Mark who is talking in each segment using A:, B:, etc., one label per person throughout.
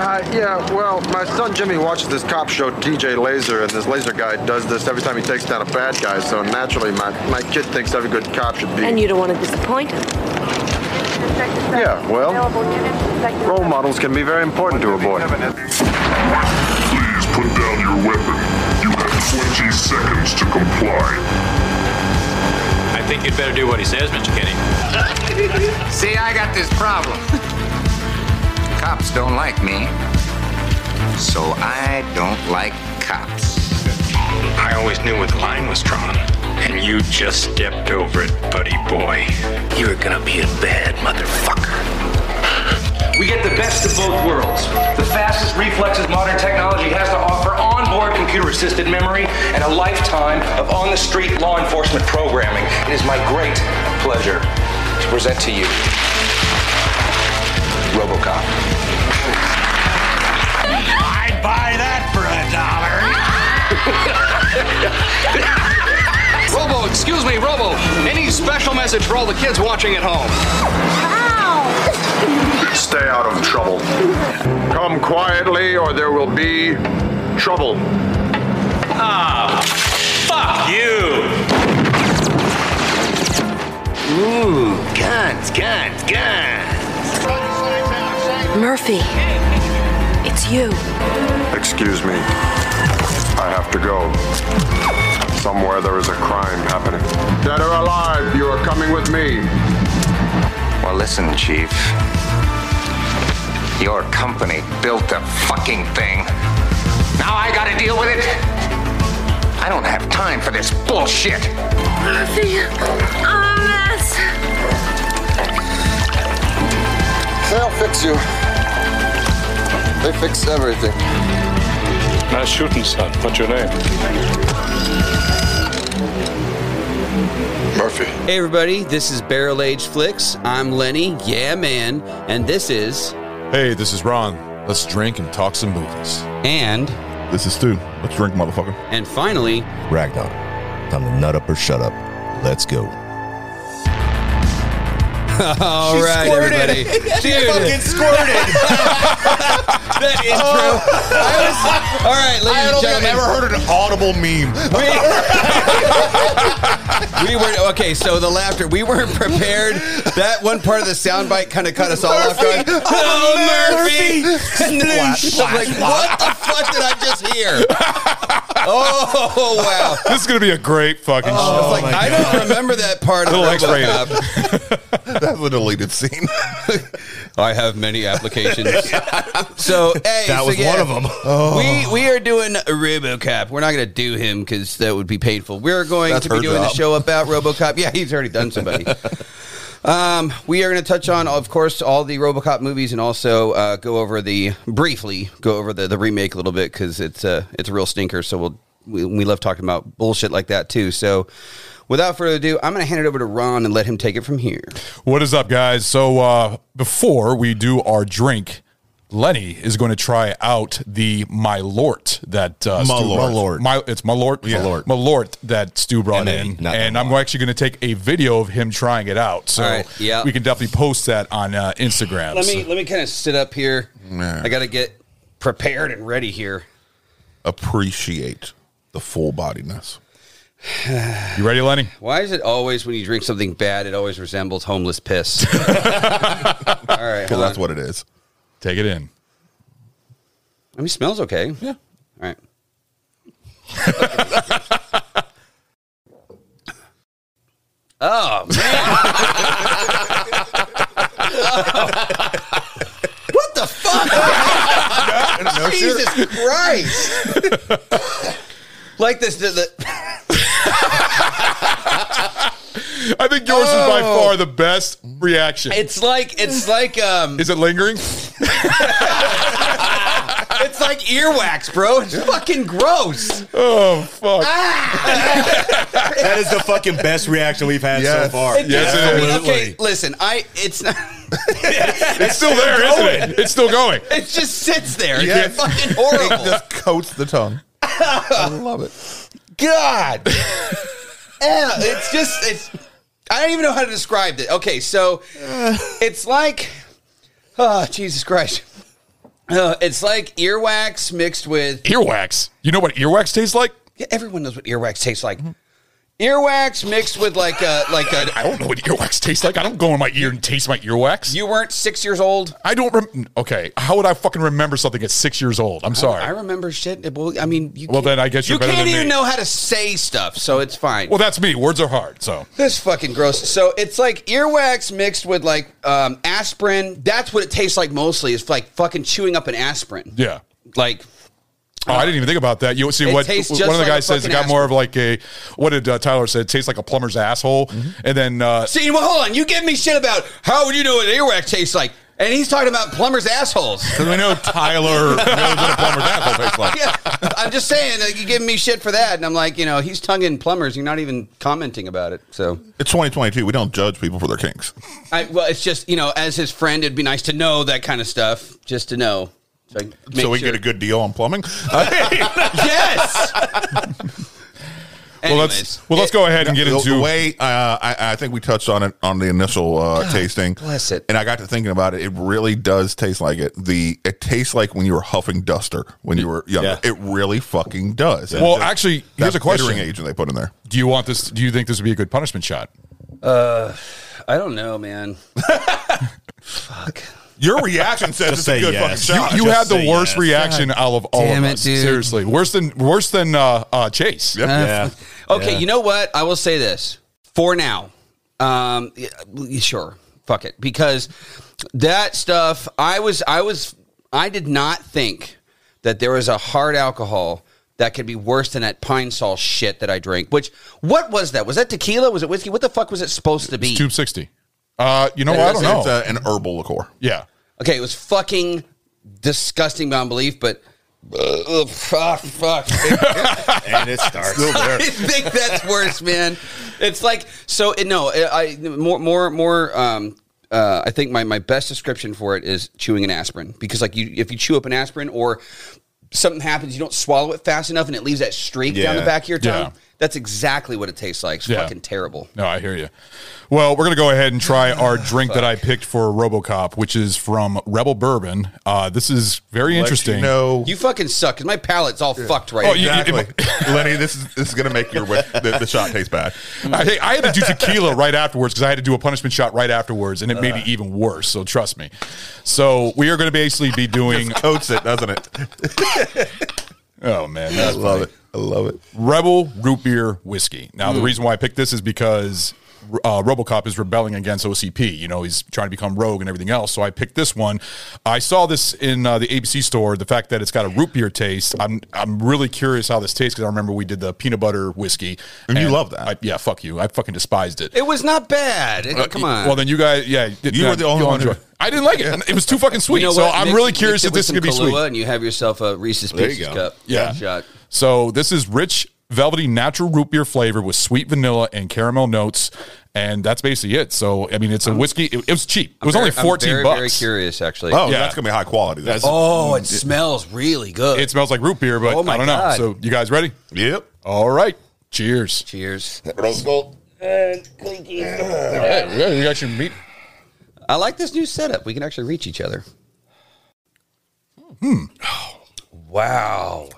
A: Uh, yeah, well, my son Jimmy watches this cop show, TJ Laser, and this laser guy does this every time he takes down a bad guy, so naturally my, my kid thinks every good cop should be.
B: And you don't want to disappoint him.
A: yeah, well, role models can be very important to a boy.
C: Please put down your weapon. You have 20 seconds to comply.
D: I think you'd better do what he says, Mr. Kenny.
E: See, I got this problem. cops don't like me, so I don't like cops.
F: I always knew where the line was drawn. And you just stepped over it, buddy boy. You're gonna be a bad motherfucker.
G: We get the best of both worlds. The fastest reflexes modern technology has to offer onboard computer assisted memory and a lifetime of on the street law enforcement programming. It is my great pleasure to present to you Robocop.
F: I'd buy that for a dollar.
G: Robo, excuse me, Robo. Any special message for all the kids watching at home?
A: Stay out of trouble. Come quietly, or there will be trouble.
D: Fuck you!
E: Ooh, guns, guns, guns.
B: Murphy, it's you.
A: Excuse me. I have to go. Somewhere there is a crime happening. Dead or alive, you are coming with me.
E: Well, listen, Chief. Your company built the fucking thing. Now I gotta deal with it? I don't have time for this bullshit.
B: Murphy, I'm a mess.
A: They'll fix you. They fix everything.
C: Nice shooting, son. What's your name? Murphy.
H: Hey everybody, this is Barrel Age Flicks. I'm Lenny, yeah man, and this is
I: Hey, this is Ron. Let's drink and talk some movies.
H: and
J: This is Stu. Let's drink, motherfucker.
H: and finally,
K: Ragnar, time to nut up or shut up. Let's go.
H: all right, everybody, dude,
J: squirted.
H: that intro. all right, ladies and gentlemen,
J: heard an audible meme.
H: we were okay. So the laughter, we weren't prepared. That one part of the soundbite kind of cut us all off. Going, oh, Murphy! Sploosh. I'm like, what the fuck did I just hear? Oh wow!
I: This is going to be a great fucking
H: I
J: Oh
I: show.
H: was like, I don't remember that part of
I: Little
H: the
I: X-rated.
H: RoboCop.
J: That's a deleted scene.
H: I have many applications. so hey,
J: That
H: so
J: was
H: yeah,
J: one of 'em.
I: Oh,
H: We we are doing RoboCop. We're not going to do him because that would be painful. We're going
J: That's
H: to be
J: her
H: doing the
J: job.
H: show about RoboCop. Yeah, he's already done somebody. um, we are going to touch on, of course, all the RoboCop movies, and also uh, go over the briefly go over the, the remake a little bit because it's a uh, it's a real stinker. So we'll we, we love talking about bullshit like that too. So. Without further ado, I'm going to hand it over to Ron and let him take it from here.
I: What is up, guys? So, uh, before we do our drink, Lenny is going to try out the Mylort that uh, Stu
J: Malort.
I: brought- My, it's Mylort, yeah.
J: Malort.
I: Malort that Stu brought
K: M-A,
I: in,
K: not
I: and I'm
K: Malort.
I: actually going to take a video of him trying it out. So,
H: All right, yeah.
I: we can definitely post that on uh, Instagram.
H: Let me let me kind of sit up here. I got to get prepared and ready here.
J: Appreciate the full bodiness.
I: you ready, Lenny?
H: Why is it always when you drink something bad, it always resembles homeless piss? All right,
J: Because
H: hold on.
J: that's what it is.
I: Take it in.
H: I mean, it smells okay. Yeah. All right. oh man! what the fuck? Jesus Christ! like this, the, the,
I: I think yours is by
H: Oh.
I: far the best reaction.
H: it's like it's like um,
I: is it lingering?
H: it's like earwax, bro. It's fucking gross.
I: Oh fuck.
H: Ah!
L: That is the fucking best reaction we've had so far.
H: Okay, listen, I it's not.
I: It's still there, isn't it? It's still going.
H: It just sits there.
I: You
H: It's fucking horrible.
J: It just coats the tongue. I love it.
H: God. Yeah, it's just it's. I don't even know how to describe it. Okay, so it's like, oh Jesus Christ, Uh, it's like earwax mixed with
I: Earwax. You know what earwax tastes like?
H: Yeah, everyone knows what earwax tastes like.
J: Mm-hmm.
H: Earwax mixed with like a like a.
I: I don't know what earwax tastes like. I don't go in my ear and taste my earwax.
H: You weren't six years old.
I: I don't. Rem- okay, how would I fucking remember something at six years old? I'm sorry.
H: I remember shit. Well, I mean, you
I: well,
H: can't-
I: then I guess you're
H: you
I: better
H: can't
I: than
H: even
I: me.
H: know how to say stuff, so it's fine.
I: Well, that's me. Words are hard. So
H: This fucking gross. So it's like earwax mixed with like um, aspirin. That's what it tastes like mostly. It's like fucking chewing up an aspirin.
I: yeah,
H: like.
I: Oh, I didn't even think about that. You see
H: It
I: what one of
H: tastes
I: the
H: just like
I: guys
H: a
I: says. It got
H: fucking
I: more of like a what did uh, Tyler said? It tastes like a plumber's asshole.
H: Mm-hmm.
I: And then uh,
H: See, well, hold on. You give me shit about how would you know what earwax tastes like, and he's talking about plumbers' assholes.
J: Because we know Tyler knows what a plumber's asshole tastes like.
H: yeah, I'm just saying that you give me shit for that, and I'm like, you know, he's tonguing plumbers. You're not even commenting about it. So,
J: It's 2022. We don't judge people for their kinks.
H: I, well, it's just you know, as his friend, it'd be nice to know that kind of stuff, just to know. So, I make
J: so we
H: sure-
J: get a good deal on plumbing. Uh,
H: yes.
I: well, let's well let's go ahead and get
J: the,
I: into
J: the way. Uh, I, I think we touched on it on the initial uh, tasting.
H: bless it.
J: And I got to thinking about it. It really does taste like it. The it tastes like when you were huffing duster when you were younger. It really fucking does. And
I: Well,
J: just
I: actually,
J: that
I: here's a question.
J: bittering agent they put in there.
I: Do you want this? Do you think this would be a good punishment shot?
H: Uh, I don't know, man.
J: Your reaction says
L: Just
J: it's
L: say
J: a good
L: yes.
J: fucking shot.
I: You
L: just
I: had the
L: say
I: worst
L: yes.
I: reaction out of all
H: Damn
I: of
H: it,
I: us.
H: dude.
I: Seriously, worse than worse than uh, uh, Chase.
L: Yeah.
H: Okay,
L: Yeah.
H: you know what? I will say this for now. Um, yeah, sure, fuck it, because that stuff. I was, I was, I did not think that there was a hard alcohol that could be worse than that pine sol shit that I drank. Which, what was that? Was that tequila? Was it whiskey? What the fuck was it supposed to be?
I: Tube sixty. Uh, you know
H: It
I: what? I
H: is-
I: don't
J: It's
I: know.
J: uh, an herbal liqueur.
I: yeah.
H: Okay, it was fucking disgusting beyond belief, but. uh, Ugh, fuck, fuck.
L: and it starts.
H: I think that's worse, man. It's like so. It, no, oh, eh, I I- more more more. Um, uh, I think my my best description for it is chewing an aspirin because like you if you chew up an aspirin or something happens you don't swallow it fast enough and it leaves that streak down the
J: Yeah.
H: back of your tongue.
I: Yeah.
H: That's exactly what it tastes like. It's
I: Yeah.
H: fucking terrible.
I: No, I hear you. Well, we're going to go ahead and try our drink that I picked for RoboCop, which is from Rebel Bourbon. Uh, this is very interesting.
J: You know,
H: You fucking suck because my palate's all fucked right
I: Oh,
H: now.
I: you-
J: exactly, Lenny. This is this is gonna make your whi- the, the shot taste bad.
I: I, hey, I had to do tequila right afterwards because I had to do a punishment shot right afterwards, and it
J: Uh.
I: made it even worse. So trust me. So we are going to basically be doing.
J: Coats it, doesn't it?
I: Oh man,
J: I
I: that's
J: love it. I love it.
I: Rebel root beer whiskey. Now,
J: Hmm.
I: the reason why I picked this is because uh, RoboCop is rebelling against OCP. You know, he's trying to become rogue and everything else. So I picked this one. I saw this in uh, the ABC store. The fact that it's got a root beer taste, I'm I'm really curious how this tastes because I remember we did the peanut butter whiskey,
J: And you love that.
I: I, yeah, fuck you. I fucking despised it. Uh,
H: It was not bad. It- come on.
I: Well, then you guys, yeah,
J: You were the only
I: you'll
J: one who-
I: enjoy. I didn't like it. It was too fucking sweet. so
H: what?
I: I'm
H: Mix-
I: really
H: mix
I: curious
H: it
I: if
H: with
I: this
H: some
I: could be
H: Kahlua
I: sweet.
H: And you have yourself a Reese's
L: There you
H: Pieces
L: go.
H: cup.
I: Yeah.
H: Shot.
I: So this is rich, velvety, natural root beer flavor with sweet vanilla and caramel notes, and that's basically it. So I mean, it's a whiskey. It, it was cheap. It was only
H: Very-
I: fourteen
H: I'm very, Very
I: bucks.
H: curious, actually.
J: Oh,
I: Yeah.
J: that's gonna be high quality. That's
H: Oh, it smells really good.
I: it smells like root beer, but
H: Oh my
I: I don't
H: God.
I: know. So you guys ready?
J: yep.
I: All right. Cheers.
H: Cheers.
I: Yeah, you got your meat.
H: I like this new setup. We can actually reach each other. Hmm. Wow.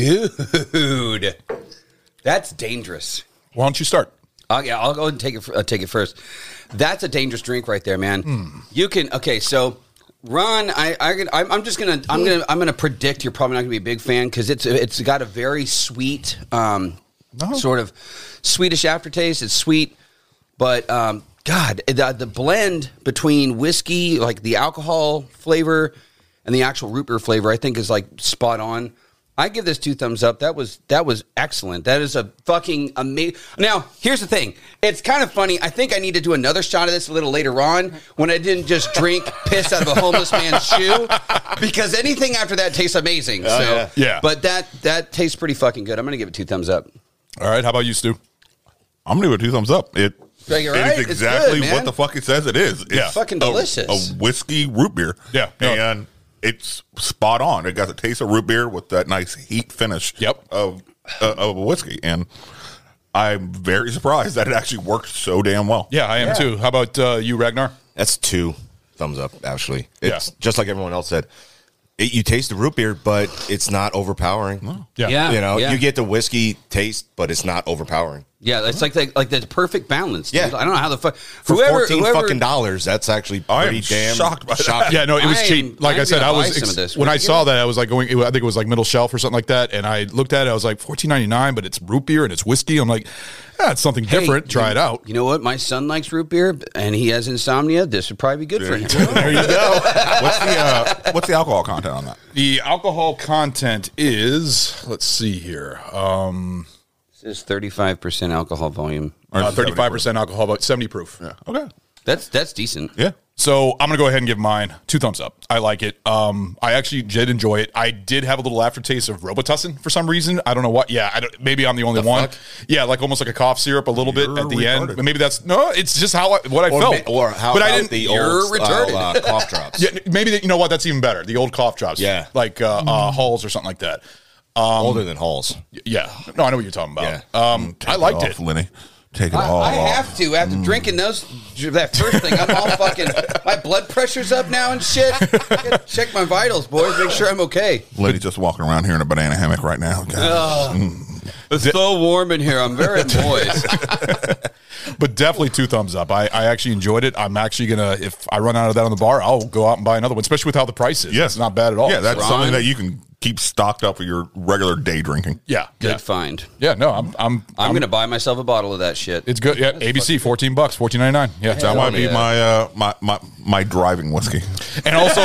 H: Dude, that's dangerous.
I: Why don't you start?
H: I'll, yeah, I'll go ahead and take it. fir- Uh, take it first. That's a dangerous drink right there, man. You can okay. So, Ron, I, I can, I'm, I'm just gonna I'm gonna I'm gonna predict you're probably not gonna be a big fan because it's it's got a very sweet um, sort of Swedish aftertaste. It's sweet, but um, God, the, the blend between whiskey, like the alcohol flavor, and the actual root beer flavor, I think is like spot on. I give this two thumbs up. That was that was excellent. That is a fucking amazing. Now here's the thing. It's kind of funny. I think I need to do another shot of this a little later on when I didn't just drink piss out of a homeless man's shoe because anything after that tastes amazing.
J: Oh,
H: so
J: yeah. Yeah.
H: But that that tastes pretty fucking good. I'm gonna give it two thumbs up.
I: All right. How about you, Stu?
J: I'm gonna give it two thumbs up. It
H: Yeah, you're
J: it
H: right. It's
J: is
H: good,
J: exactly
H: man.
J: what the fuck it says it is. It's
H: fucking
J: a-
H: delicious.
J: A, whiskey root beer.
I: Yeah.
J: And it's spot on. It got the taste of root beer with that nice heat finish yep. of uh, of a whiskey. And I'm very surprised that it actually worked so damn well.
I: Yeah, I am
J: Yeah.
I: too. How about uh, you, Ragnar?
M: That's two thumbs up. Actually,
I: Yeah.
M: it's just like everyone else said. It, you taste the root beer, but it's not overpowering.
H: Yeah. Yeah,
M: you know,
H: yeah.
M: you get the whiskey taste, but it's not overpowering.
H: Yeah, it's like the, like the perfect balance. dude.
M: Yeah.
H: I don't know how the fuck
M: For
H: whoever
M: fourteen
H: whoever-
M: fucking dollars, that's actually pretty damn shocking.
I: Uh, Yeah, no, it was
H: I am-
I: cheap. Like
H: I'm
I: I said,
H: gonna
I: I
H: buy
I: was
H: some
I: ex-
H: of this.
I: when
H: What
I: I
H: did you
I: saw that, I was like going. It, was- I think it was like middle shelf or something like that. And I looked at it. I was like fourteen ninety nine, but it's root beer and it's whiskey. I'm like, ah, it's something
H: Hey,
I: different. Try
H: you-
I: it out.
H: You know what? My son likes root beer, and he has insomnia. This would probably be good for him.
J: there you go. What's the uh, what's the alcohol content on that?
I: The alcohol content is. Let's see here. Um,
H: this is thirty-five percent alcohol volume.
I: Thirty five Uh, percent alcohol, about seventy proof. Yeah.
J: Okay.
H: That's that's decent.
J: Yeah.
I: So I'm gonna go ahead and give mine two thumbs up. I like it. Um, I actually did enjoy it. I did have a little aftertaste of Robitussin for some reason. I don't know what. Yeah, I don't, maybe I'm the only one. Yeah, like almost like a cough syrup a little bit at the
M: retarded.
I: end. But maybe that's no. It's just how I, what I
M: Or
I: felt.
M: ma- or how
I: but I
M: about
I: didn't.
M: the old You're style, retarded. uh, cough drops?
I: Yeah, maybe that, you know what? That's even better. The old cough drops.
M: Yeah.
I: like uh, uh, Halls or something like that. Um,
M: Older than Halls. Mm,
I: Yeah. No, I know what you're talking about. Um, I liked it.
J: off, Lenny. Take it all
H: I
J: off. Mm.
H: have to after drinking those that first thing. I'm all fucking. My blood pressure's up now and shit. I gotta Check my vitals, boys. Make sure I'm okay.
J: Lenny's just walking around here in a banana hammock right now. God.
H: It's so warm in here. I'm very moist.
I: but definitely two thumbs up. I, I actually enjoyed it. I'm actually gonna if I run out of that on the bar, I'll go out and buy another one, especially with how the price is.
J: Yeah.
I: It's not bad at all.
J: Yeah, that's
I: So-
J: something that you can keep stocked up for your regular day drinking.
I: Yeah,
H: Good
I: yeah.
H: find.
I: Yeah, no, I'm I'm
H: I'm, gonna buy myself a bottle of that shit.
I: It's good. Yeah, ABC, fourteen bucks, fourteen ninety nine. Yeah,
J: That might be my uh, my my my driving whiskey.
I: and also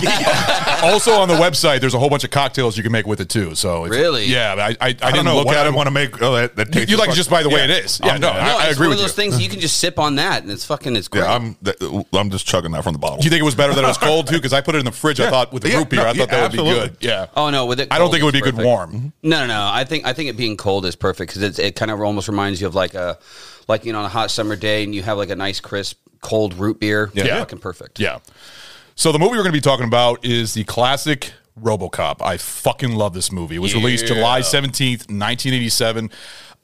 I: also on the website, there's a whole bunch of cocktails you can make with it too. So if-
H: Really?
I: yeah, but I I, I,
J: I don't
I: didn't
J: know
I: look
J: what
I: at
J: I
I: it.
J: want to make. Oh, that, that
I: You-
J: tastes
I: you like it
J: fucking-
I: just by the way it is. Yeah,
J: I'm-
I: no, I- I
H: it's
I: agree
H: one
I: with
H: of those
I: you.
H: things you can just sip on that, and it's fucking. It's great.
J: Yeah, I'm that, I'm just chugging that from the bottle.
I: Do you think it was better that it was cold too? Because I put it in the fridge. I
J: Yeah.
I: thought with the
J: Yeah,
I: root beer,
J: no,
I: I thought
J: yeah,
I: that would
J: absolutely. Mm-hmm.
I: be good. Yeah.
H: Oh no, with it.
I: I don't
H: cold,
I: think it would
H: it's
I: be good
H: perfect.
I: warm.
H: No, no, no. I think I think it being cold is perfect because it kind of almost reminds you of like a like you know on a hot summer day and you have like a nice crisp cold root beer.
I: Yeah.
H: fucking perfect.
I: Yeah. So the movie we're going to be talking about is the classic RoboCop. I fucking love this movie. It was released
J: Yeah.
I: July 17th, 1987.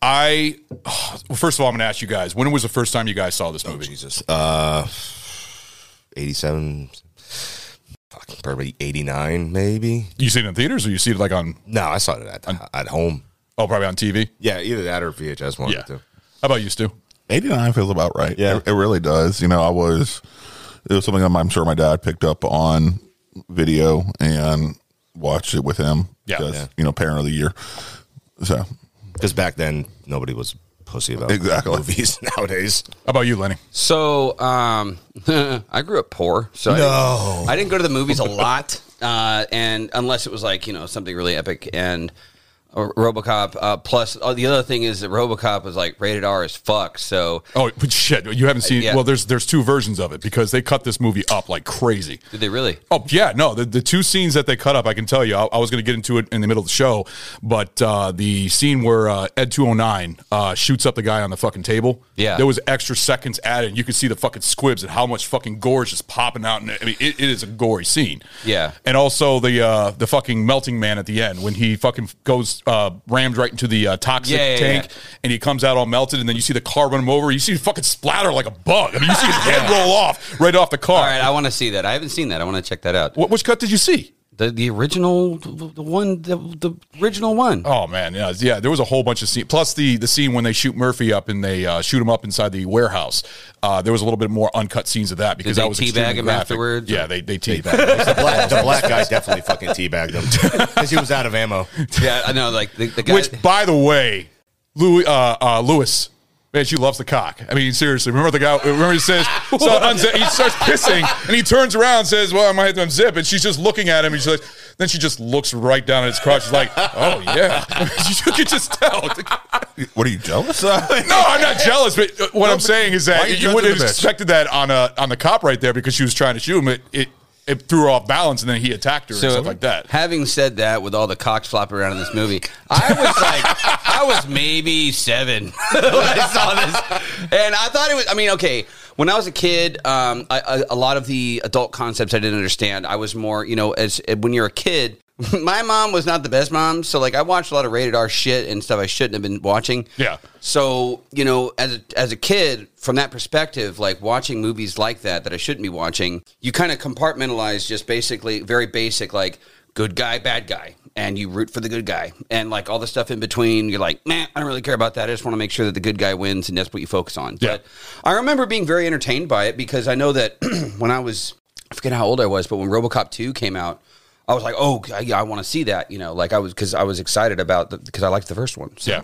I: I well, first of all, I'm going to ask you guys, when was the first time you guys saw this movie?
M: Jesus. Uh, 87, fucking probably 89, maybe.
I: You see it in theaters or you see it like on
M: No, I saw it at, the- at home.
I: Oh, probably on TV?
M: Yeah, either that or VHS one.
I: Yeah. How about you, Stu?
J: 89 feels about right. Yeah, it, it really does. You know, I was it was something I'm, I'm sure my dad picked up on video and watched it with him.
M: Yeah.
J: because,
M: Yeah.
J: you know, parent of the year. So
M: Because back then, nobody was pussy about
J: Exactly.
M: movies nowadays.
I: How about you, Lenny?
H: So um, I grew up poor, so I-
M: No.
H: I, didn't go to the movies a lot, uh, and unless it was like you know something really epic and. uh, RoboCop. Uh, plus, oh, the other thing is that RoboCop was like rated R as fuck. So,
I: Oh, but shit, you haven't seen
H: Yeah.
I: Well, there's there's two versions of it because they cut this movie up like crazy.
H: did they really?
I: Oh yeah, no. The, the two scenes that they cut up, I can tell you. I, I was going to get into it in the middle of the show, but uh, the scene where uh, Ed two hundred nine uh, shoots up the guy on the fucking table.
H: Yeah.
I: there was extra seconds added, and you could see the fucking squibs and how much fucking gore is just popping out. And I mean, it, it is a gory scene.
H: Yeah.
I: And also the uh, the fucking melting man at the end when he fucking goes uh, rammed right into the uh, toxic
H: Yeah, yeah,
I: tank
H: yeah.
I: and he comes out all melted and then you see the car run him over. You see him fucking splatter like a bug. I mean, you see his head roll off right off the car.
H: All right, I want to see that. I haven't seen that. I want to check that out.
I: What, which cut did you see?
H: The the original, the, the one, the, the original one.
I: Oh man, yeah, yeah. There was a whole bunch of scene. Plus the the scene when they shoot Murphy up and they uh, shoot him up inside the warehouse. Uh, there was a little bit more uncut scenes of that because
H: they
I: that was
H: teabag
I: extremely
H: him
I: graphic.
H: afterwards?
I: Yeah, they they teabag. him.
M: The black, the black guy definitely fucking teabagged him because he was out of ammo.
H: Yeah, I know. Like the, the guy.
I: Which, by the way, Louis uh, uh, Lewis Man, she loves the cock. I mean, seriously. Remember the guy? Remember he says, so unzip, he starts pissing, and he turns around, and says, "Well, I might have to unzip." And she's just looking at him, and she's like, then she just looks right down at his crotch. She's like, "Oh yeah." you could just tell.
J: What are you jealous?
I: no, I'm not jealous. But uh, what
J: No,
I: I'm
J: but
I: saying is
J: why are
I: that
J: you
I: you
J: judging
I: would have
J: the bitch?
I: expected that on a on the cop right there because she was trying to shoot him. It it, it threw her off balance, and then he attacked her and stuff like that.
H: Having said that, with all the cocks flopping around in this movie, I was like, I was maybe seven when I saw this, and I thought it was. I mean, okay. When I was a kid, um, I, I, a lot of the adult concepts I didn't understand. I was more, you know, as when you're a kid, my mom was not the best mom, so like I watched a lot of rated R shit and stuff I shouldn't have been watching.
I: Yeah.
H: So you know, as a, as a kid, from that perspective, like watching movies like that that I shouldn't be watching, you kind of compartmentalize just basically very basic like good guy, bad guy, and you root for the good guy, and like all the stuff in between, you're like, man, I don't really care about that. I just want to make sure that the good guy wins, and that's what you focus on. Yeah. But I remember being very entertained by it because I know that when I was, I forget how old I was, but when RoboCop two came out. I was like, oh, yeah, I want to see that, you know, like I was because I was excited about because I liked the first one. So.
I: Yeah.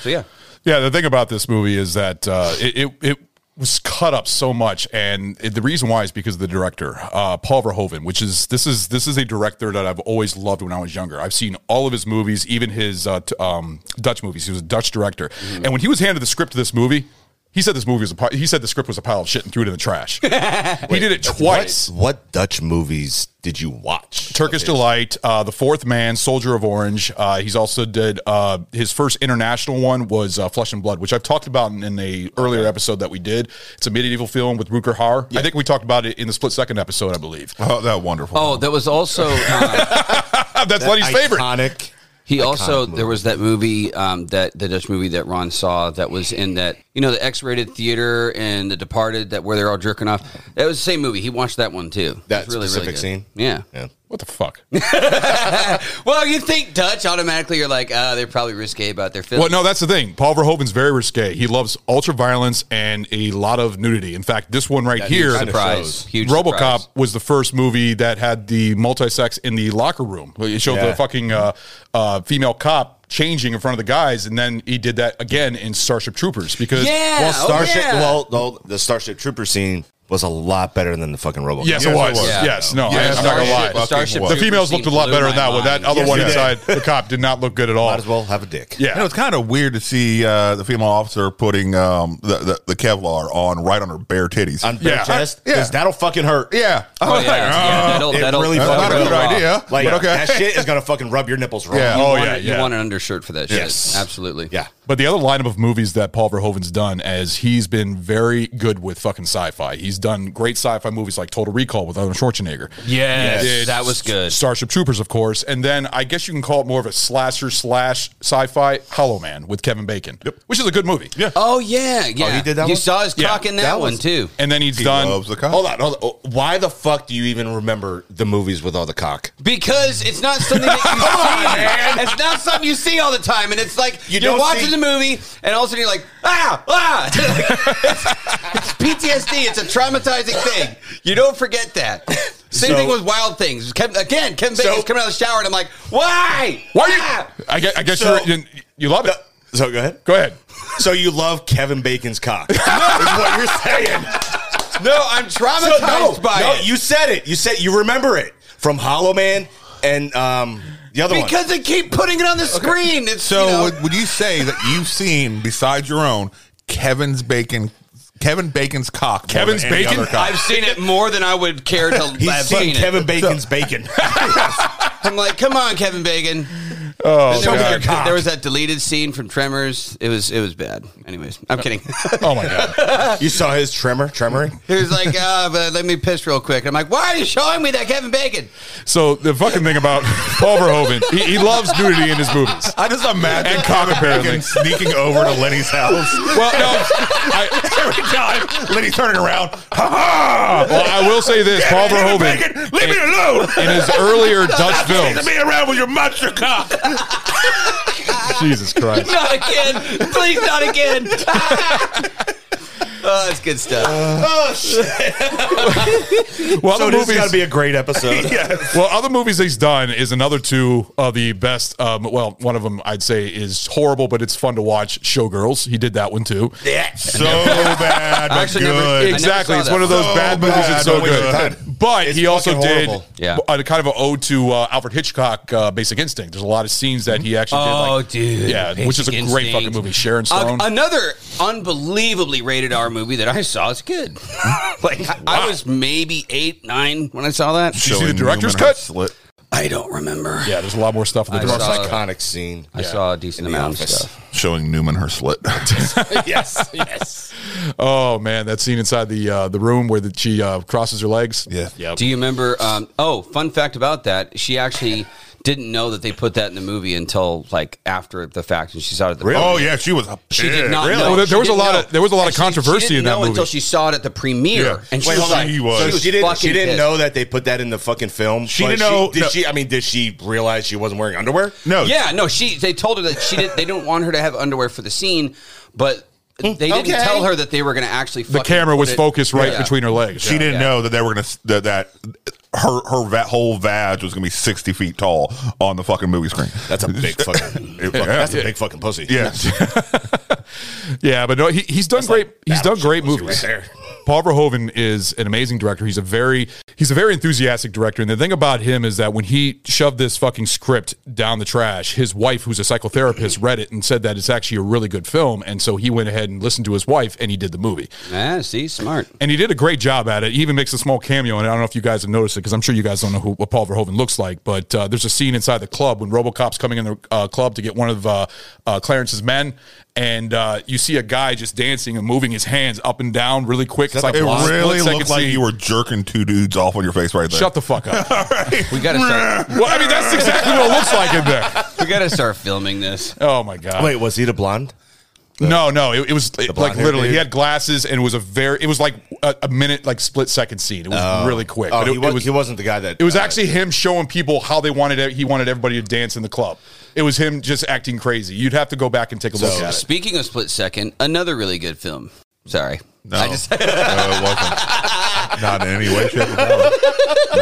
H: So yeah.
I: Yeah, the thing about this movie is that uh, it, it it was cut up so much, and it, the reason why is because of the director, uh, Paul Verhoeven, which is this is this is a director that I've always loved when I was younger. I've seen all of his movies, even his uh, t- um, Dutch movies. He was a Dutch director, and when he was handed the script to this movie. He said this movie was a pi- he said the script was a pile of shit and threw it in the trash. he did it twice.
M: What, what Dutch movies did you watch?
I: Turkish Delight, uh, The Fourth Man, Soldier of Orange. Uh, he's also did uh, his first international one was uh, Flesh and Blood, which I've talked about in, in a earlier episode that we did. It's a medieval film with Ruker Hauer. I think we talked about it in the split second episode, I believe.
J: Oh, that wonderful.
H: Oh, that was also
I: that's Lenny's favorite.
M: Iconic.
H: He
M: Iconic
H: also
M: movie.
H: there was that movie um, that the Dutch movie that Ron saw that was in that you know the X-rated theater and the Departed that where they're all jerking off. That was the same movie. He watched that one too.
M: That
H: It's really, really
M: specific
H: good.
M: scene?
H: Yeah.
I: What the fuck?
H: Well, you think Dutch automatically? You're like, uh, they're probably risque about their film.
I: Well, no, that's the thing. Paul Verhoeven's very risque. He loves ultra violence and a lot of nudity. In fact, this one right
H: That huge
I: here,
H: surprise. Huge
I: RoboCop
H: surprise.
I: was the first movie that had the multi-sex in the locker room. It showed
J: Yeah.
I: the fucking uh, uh, female cop changing in front of the guys, and then he did that again in Starship Troopers because
M: well,
H: oh,
M: Starship. Well, no, the Starship Trooper scene was a lot better than the fucking robot.
I: Yes, it was. Yes, no, I- I'm not gonna lie. the females looked a lot better in that one. That other one inside the cop did not look good at all. Might as
M: well have a dick.
I: Yeah.
J: And it was kind of weird to see uh, the female officer putting um, the, the, the Kevlar on right on her bare titties.
M: On bare chest? 'Cause that'll fucking hurt.
J: Yeah.
M: Oh, yeah, yeah, that'll-
J: it
M: that'll-
J: really
M: that'll
J: not a
M: rub
J: good
M: them off.
J: idea.
M: Like,
J: but okay.
M: that shit is gonna fucking rub your nipples wrong.
H: You
I: Oh,
H: want
I: yeah,
H: it-
I: yeah.
H: You want an undershirt for that shit?
I: Yes.
H: absolutely.
M: Yeah.
I: But the other lineup of movies that Paul Verhoeven's done as he's been very good with fucking sci-fi. He's done great sci-fi movies like Total Recall with Arnold Schwarzenegger.
H: Yes,
I: He did
H: that was good.
I: Starship Troopers, of course, and then I guess you can call it more of a slasher slash sci-fi Hollow Man with Kevin Bacon, which is a good movie. Yeah.
H: Oh yeah, yeah. You saw his cock in that, one too.
I: And then he's
M: He
I: done. Oh,
M: loves Hold on, hold on. Why the fuck do you even remember the movies with all the cock?
H: Because it's not something that you see. It's not something you see all the time, and it's like
M: You
H: you are
M: don't
H: watching
M: see-
H: the movie, and all of a sudden you're like, ah, ah. it's, it's PTSD. It's a traumatizing thing. You don't forget that. Same
I: So-
H: thing with Wild Things. Kev- again, Kevin Bacon's coming out of the shower, and I'm like, why? Ah.
I: Why are you? I guess, I guess
M: So-
I: you're, you you love it.
M: So go ahead.
I: Go ahead.
M: So you love Kevin Bacon's cock? is what you're saying?
H: No, I'm traumatized
M: no,
H: by
M: no,
H: it.
M: you said it. You said you remember it from Hollow Man and um the other one.
H: Because they keep putting it on the screen. It's
J: So
H: you know-
J: would, would you say that you've seen besides your own Kevin's bacon, Kevin Bacon's cock? more
H: Kevin's
J: than any
H: bacon?
J: other cock?
H: I've seen it more than I would care to
J: He's
H: have
J: seen
H: seen it.
M: Kevin Bacon's bacon.
H: I'm like, come on, Kevin Bacon.
I: Oh,
H: Show me
I: God.
H: your cock. there was that deleted scene from Tremors. It was it was bad. Anyways, I'm kidding.
I: oh my god.
M: You saw his tremor, tremoring.
H: He was like, uh, but let me piss real quick. I'm like, why are you showing me that Kevin Bacon?
I: So the fucking thing about Paul Verhoeven, he, he loves nudity in his movies.
J: I just imagine
I: and cock apparently.
J: Bacon sneaking over to Lenny's house.
I: Well, no, I,
J: every time Lenny's turning around.
I: Ah, well, I will say this, Paul
J: Kevin
I: Verhoeven,
J: Bacon, leave me alone.
I: in his earlier Dutch
J: Stop chasing
I: films,
J: me around with your monster cock.
I: Jesus Christ.
H: Not again. Please, not again. Oh, that's good stuff.
M: oh
I: Uh, Well,
M: So
I: other
M: this has gotta be a great episode.
I: Yes. Well, other movies he's done is another two of the best. Um, well, one of them I'd say is horrible, but it's fun to watch. Showgirls, he did that one too.
J: Yeah. So bad, but
I: Actually,
J: good.
I: never- exactly, it's one of those bad movies that's so good. But he also did a kind of an ode to uh, Alfred Hitchcock, uh, Basic Instinct. There's a lot of scenes that he actually did.
H: Oh,
I: like-
H: dude.
I: yeah, which is a
H: Basic
I: great
H: Instinct.
I: fucking movie. Sharon Stone.
H: Uh, another unbelievably rated R movie that I saw is good. like I, I was maybe eight, nine when I saw that.
I: Did you see the director's cut?
H: I don't remember.
I: Yeah, there's a lot more stuff in the
H: I
I: director's
H: saw-
I: cut.
M: Iconic scene.
H: I saw a decent
J: In the
H: amount of
J: office.
H: stuff.
J: Showing Newman her slit.
M: yes, yes.
I: Oh man, that scene inside the uh, the room where the, she uh, crosses her legs. Yeah,
H: Do you remember? Um, oh, fun fact about that: she actually didn't know that they put that in the movie until like after the fact, and she saw it. At the
J: Really? Oh, yeah, she was
H: She did
J: pissed.
H: not
J: Really?
H: know.
J: Well, there-
H: She
J: there was a
H: didn't
J: lot
H: know.
J: of- there was a lot of
H: And she- she
J: controversy
H: didn't
J: in that
H: know Until
J: movie.
H: she saw it at the premiere,
J: Yeah.
H: and she
J: Wait,
H: was
J: hold on.
H: like,
J: She was.
H: she
J: So
H: was
M: she didn't,
H: fucking
M: she didn't
H: pissed.
M: know that they put that in the fucking film.
J: She
M: but
J: didn't know-
M: Did
J: no.
M: she? I mean, did she realize she wasn't wearing underwear?
J: No.
H: Yeah, no. She they told her that she did. They didn't want her to have underwear for the scene, but they didn't
M: Hmm, Okay.
H: tell her that they were going to actually.
I: The camera was focused right between her legs.
J: She didn't know that they were gonna s- that, that her her va- whole vag was gonna be sixty feet tall on the fucking movie screen.
M: That's a big fucking.
J: It-
M: That's
J: yeah.
M: a big fucking pussy.
J: Yeah.
I: Yeah, but no, he, he's done great. he's done great movies.
M: there.
I: Paul Verhoeven is an amazing director. He's a very he's a very enthusiastic director. And the thing about him is that when he shoved this fucking script down the trash, his wife, who's a psychotherapist, read it and said that it's actually a really good film. And so he went ahead and listened to his wife, and he did the movie.
H: Ah, see, smart.
I: And he did a great job at it. He even makes a small cameo, and I don't know if you guys have noticed it because I'm sure you guys don't know who what Paul Verhoeven looks like. But uh, there's a scene inside the club when RoboCop's coming in the uh, club to get one of uh, uh, Clarence's men, and uh, you see a guy just dancing and moving his hands up and down really quick. It's like
J: it
I: a
J: really
I: split-second
J: looked like
I: scene.
J: you were jerking two dudes off on your face right there.
I: Shut the fuck up.
H: We got to start.
I: well, I mean that's exactly what it looks like in there.
H: We got to start filming this.
I: Oh my god.
M: Wait, was he the blonde?
I: No, no, it, it was it- like
M: blonde-haired
I: literally. He
M: dude?
I: had glasses, and it was a very. It was like a, a minute, like split second scene. It was
M: Oh.
I: really quick.
M: Oh,
I: but it,
M: he, was,
I: it was
M: he wasn't the guy that.
I: It was
M: uh,
I: actually him showing people how they wanted it. He wanted everybody to dance in the club. It was him just acting crazy. You'd have to go back and take a look
H: So,
I: at it.
H: speaking of split second, another really good film. Sorry,
J: No,
H: I just
J: no, it wasn't. Not in any way, shape, or form.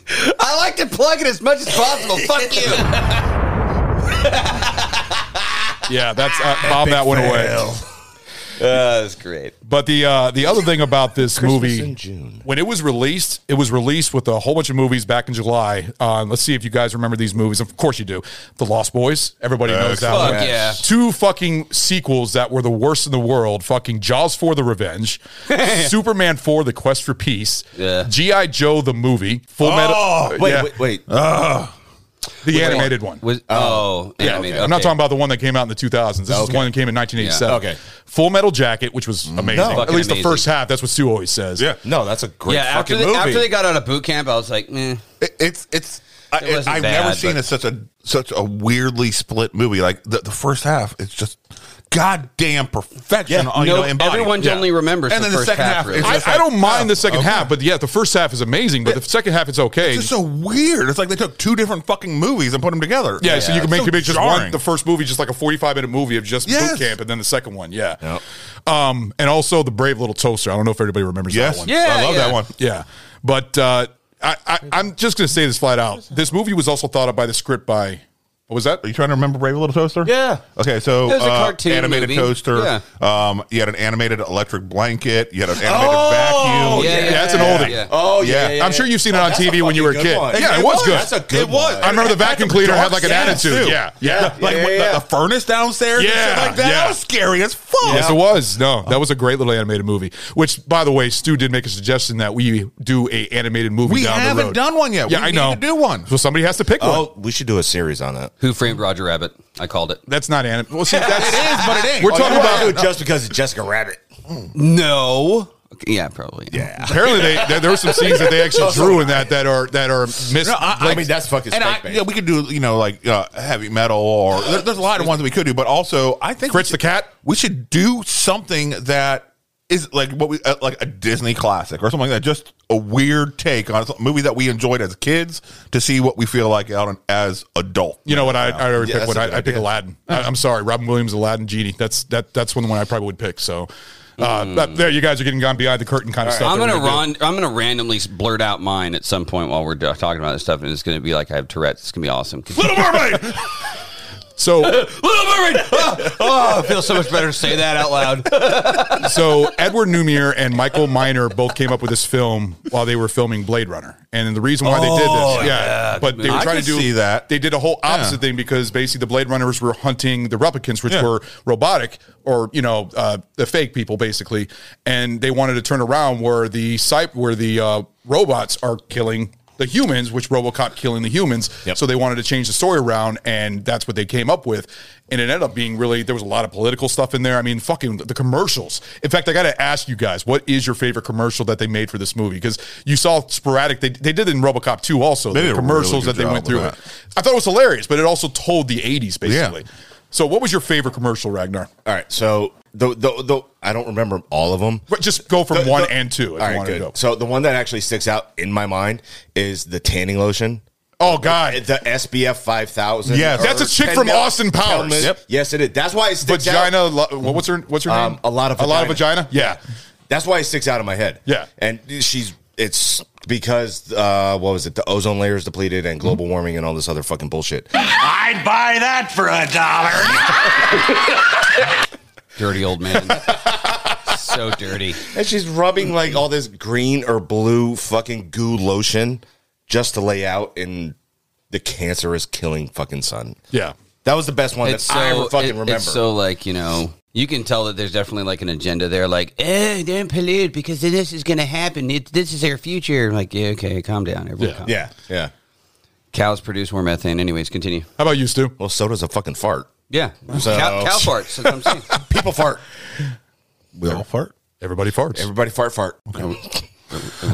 J: Nope.
H: I like to plug it as much as possible. Fuck you.
I: Yeah, that's uh, bomb that one away.
H: that's great.
I: But the uh, the other thing about this
M: Christmas
I: movie,
M: in June.
I: when it was released, it was released with a whole bunch of movies back in July. Uh, let's see if you guys remember these movies. Of course you do. The Lost Boys. Everybody
J: Uh,
I: knows that
H: fuck
I: one.
H: yeah.
I: Two fucking sequels that were the worst in the world. Fucking Jaws for the Revenge, Superman 4, The Quest for Peace,
H: Yeah.
I: G.I. Joe the movie, Full
M: Oh,
I: Metal. Uh,
M: wait,
I: yeah.
M: wait, wait.
I: The animated one.
H: Was, oh,
I: Yeah,
H: animated,
I: I'm not
H: okay.
I: talking about the one that came out in the 2000s. This is
M: Okay.
I: the one that came in 1987.
M: Yeah. Okay.
I: Full Metal Jacket, which was amazing.
M: Fucking
I: At least the
H: amazing.
I: first half. That's what Sue always says.
J: Yeah.
M: No, that's a great
H: yeah, after
M: fucking
H: they,
M: movie.
H: after they got out of boot camp, I was like, eh.
J: It- it's it's I,
H: It wasn't
J: I've
H: bad,
J: never seen
H: but-
J: a, such a such a weirdly split movie. Like the, the first half, it's just goddamn perfection.
M: Yeah.
J: on, you
H: No,
J: know, embodied.
H: everyone only remembers
J: and
H: the
J: then the
H: first
J: second
H: half,
J: half.
H: really.
J: it's
I: I,
J: just
I: I
J: like,
I: don't mind the
J: oh,
I: second
J: okay.
I: half, but yeah, the first half is amazing, but the second half it's okay.
J: It's just so weird. It's like they took two different fucking movies and put them together.
I: yeah, so you can make,
J: It's
I: you make just one,
J: jarring.
I: the first movie, just like a 45 minute movie of just
J: Yes.
I: boot camp, and then the second one. Yeah. Um, and also The Brave Little Toaster. I don't know if everybody remembers
J: Yes.
I: that one.
H: Yeah,
J: I love
H: yeah.
J: that one.
I: Yeah. But uh, I, I, I'm just going to say this flat out. This movie was also thought up by the script by, what was that?
J: Are you trying to remember Brave Little Toaster?
M: Yeah.
J: Okay, so
H: It was a
J: uh,
H: cartoon
J: animated
H: movie.
J: toaster. Um, you had an animated electric blanket. You had an animated vacuum.
I: yeah, that's an oldie.
H: Yeah.
M: Oh yeah,
J: Yeah.
M: yeah, yeah
I: I'm sure you've seen it on
M: That's a
I: TV when you were a
M: fucking
I: kid.
M: good one.
I: Yeah, it was good.
M: That's a good
J: It was.
M: one.
I: I remember the vacuum
J: the
I: cleaner
J: dark
I: had like an
J: sense,
I: attitude.
J: too.
I: Yeah, yeah.
J: Like
M: Yeah,
J: what-
M: yeah.
J: The, the furnace downstairs
I: Yeah,
J: and shit like that.
I: yeah.
J: That was scary as fuck.
I: Yes, it was. No,
J: Oh.
I: that was a great little animated movie. Which, by the way, Stu did make a suggestion that we do a animated movie.
J: We
I: down the
J: haven't
I: road.
J: done one yet.
I: Yeah,
J: We
I: I
J: need
I: know.
J: to do one.
I: So somebody has to pick one.
M: Oh, we should do a series on that.
H: Who framed Roger Rabbit? I called it.
I: That's not anime. Well, see, that's
J: It is, but it ain't.
I: We're
J: Oh,
I: talking
J: you
I: about.
J: wanna
M: Dude, just because it's Jessica Rabbit.
H: No. Okay, yeah, probably.
M: Yeah.
I: Apparently, they, there, there were some scenes that they actually drew in that that are that are missed.
J: No, I,
M: I mean, that's fucking
J: and I,
M: snake bait.
J: yeah, we could do you know like uh, heavy metal or there, there's a lot of ones that we could do, but also I think we
I: Fritz the
J: should-
I: Cat?
J: We should do something that is like what we uh, like a Disney classic or something like that. Just a weird take on a movie that we enjoyed as kids to see what we feel like out on, as adult.
I: you know what? I, I already
J: Yeah,
I: picked one.
J: that's a
I: I,
J: good
I: I pick
J: idea.
I: Aladdin. I, I'm sorry, Robin Williams, Aladdin, Genie. That's that. That's one the one I probably would pick. So Uh, but there, you guys are getting gone behind the curtain kind of stuff.
H: I'm
I: that
H: gonna
I: we're
H: run. I'm gonna randomly s- blurt out mine at some point while we're do- talking about this stuff, and it's gonna be like I have Tourette's. It's gonna be awesome. Little
I: Mermaid. So, Oh,
H: Little Mermaid. Ah, ah, I feel so much better to say that out loud.
I: do. so Edward Newmere and Michael Miner both came up with this film while they were filming Blade Runner, and the reason why they did
J: Oh,
I: this,
J: yeah.
I: but they were
J: I
I: trying
J: could
I: to do
J: see that.
I: They did a whole opposite thing because basically the Blade Runners were hunting the replicants, which were robotic or you know uh, the fake people basically, and they wanted to turn around where the site where the uh, robots are killing. The humans, which RoboCop killing the humans, so they wanted to change the story around, and that's what they came up with. And it ended up being really there was a lot of political stuff in there. I mean, fucking the commercials. In fact, I got to ask you guys, what is your favorite commercial that they made for this movie? Because you saw sporadic. They, they did it in RoboCop 2 also
J: They did
I: the
J: a
I: commercials
J: really good
I: that they
J: job
I: went
J: with
I: through.
J: that.
I: I thought it was hilarious, but it also told the '80s basically. So, what was your favorite commercial, Ragnar?
M: All right, so the the, the I don't remember all of them.
I: But just go from
M: The-
I: one
M: the-
I: and two. If
M: all
I: you
M: right,
I: want to
M: good.
I: go.
M: So the one that actually sticks out in my mind is the tanning lotion. Uh,
I: Oh god,
M: the SBF five thousand.
I: Yes. That's a chick from Austin Powers. Yep.
M: Yes, it is. That's why it sticks
I: Vagina
M: out. um,
I: lo- what- what's her- what's her name?
M: A lot of
I: A
M: vagina.
I: lot of vagina? Yeah.
M: That's why it sticks out in my head.
I: Yeah.
M: and she's it's because uh, what was it? The ozone layer is depleted and global warming and all this other fucking bullshit.
N: I'd buy that for a dollar.
H: Dirty old man. so dirty.
M: And she's rubbing like all this green or blue fucking goo lotion just to lay out in the cancerous killing fucking sun.
I: Yeah.
M: That was the best one that I ever fucking
H: it-
M: remember.
H: It's so like you know, you can tell that there's definitely like an agenda there. Like, eh, don't pollute because this is going to happen. It, this is our future. I'm like, yeah, okay, calm down, everyone.
M: Yeah.
H: calm
M: Yeah,
H: down. Cows produce more methane. Anyways, continue. How
I: about you, Stu?
M: Well, so does a fucking fart.
H: Yeah,
M: So-
H: cow, cow farts. That's what I'm saying.
M: People fart.
J: We all fart.
I: Everybody farts.
M: Everybody fart fart.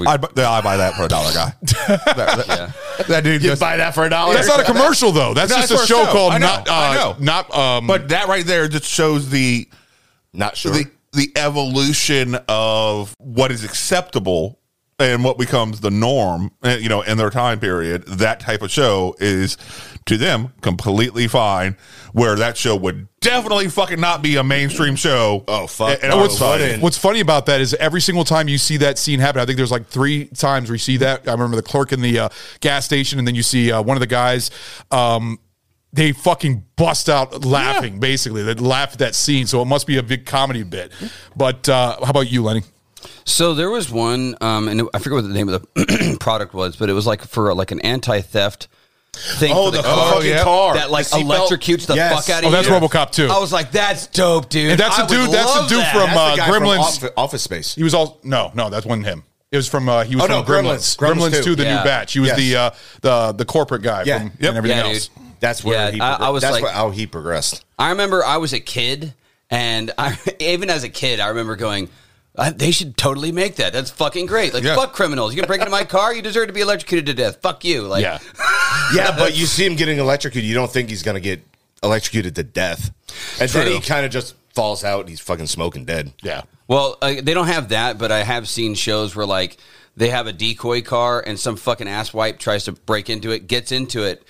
J: I buy, I buy that for a dollar, guy. that, that- that dude, you
M: buy that for a dollar.
I: That's not a commercial though. That's just a show called
J: I know,
I: Not
J: I
I: uh,
J: know.
I: Not um
J: But that right there just shows the
M: not
J: sure the, the evolution of what is acceptable and what becomes the norm.
I: eh,
J: uh, You know, in their time period, that type of show is to them completely fine. Where that show would definitely fucking not be a mainstream show. Oh fuck!
I: And what's, what's funny about that is every single time you see that scene happen, I think there's like three times where you see that. I remember the clerk in the uh, gas station, and then you see uh, one of the guys. Um, they fucking bust out laughing, basically. They laugh at that scene, so it must be a big comedy bit. But uh, how about you, Lenny?
H: So there was one, um, and I forget what the name of the product was, but it was like for like an anti theft thing.
M: Oh,
H: for
M: the fucking car.
H: that like
M: The seatbelt.
H: electrocutes the
M: Yes.
H: fuck out
M: Oh,
H: of
M: that's
H: you.
I: RoboCop too.
H: I was like, that's dope, dude.
I: And that's
H: a
I: a dude. That's a dude from uh, Gremlins.
M: Office- Office Space.
I: He was all no, no. That's wasn't him. It was from uh, he was
M: Oh,
I: from
M: no,
I: Gremlins.
M: Gremlins.
I: Gremlins,
M: Gremlins
I: too.
M: 2,
I: the
M: yeah.
I: new batch. He was
M: Yes.
I: the uh, the the corporate guy
M: Yeah.
I: from,
M: Yep.
I: and everything
H: Yeah,
I: else.
H: dude.
M: That's where
H: Yeah,
M: he.
H: I-
M: Progressed.
H: I was
M: that's
H: like-
M: where- how he progressed.
H: I remember I was a kid, and I even as a kid, I remember going. "I- They should totally make that. That's fucking great. Like fuck criminals. You can break into my car. You deserve to be electrocuted to death. Fuck you. Like
M: Yeah. yeah, but you see him getting electrocuted. You don't think he's going to get electrocuted to death. And then
H: True.
M: he kind of just falls out and he's fucking smoking dead.
I: Yeah.
H: Well, uh, they don't have that, but I have seen shows where like they have a decoy car and some fucking asswipe tries to break into it, gets into it,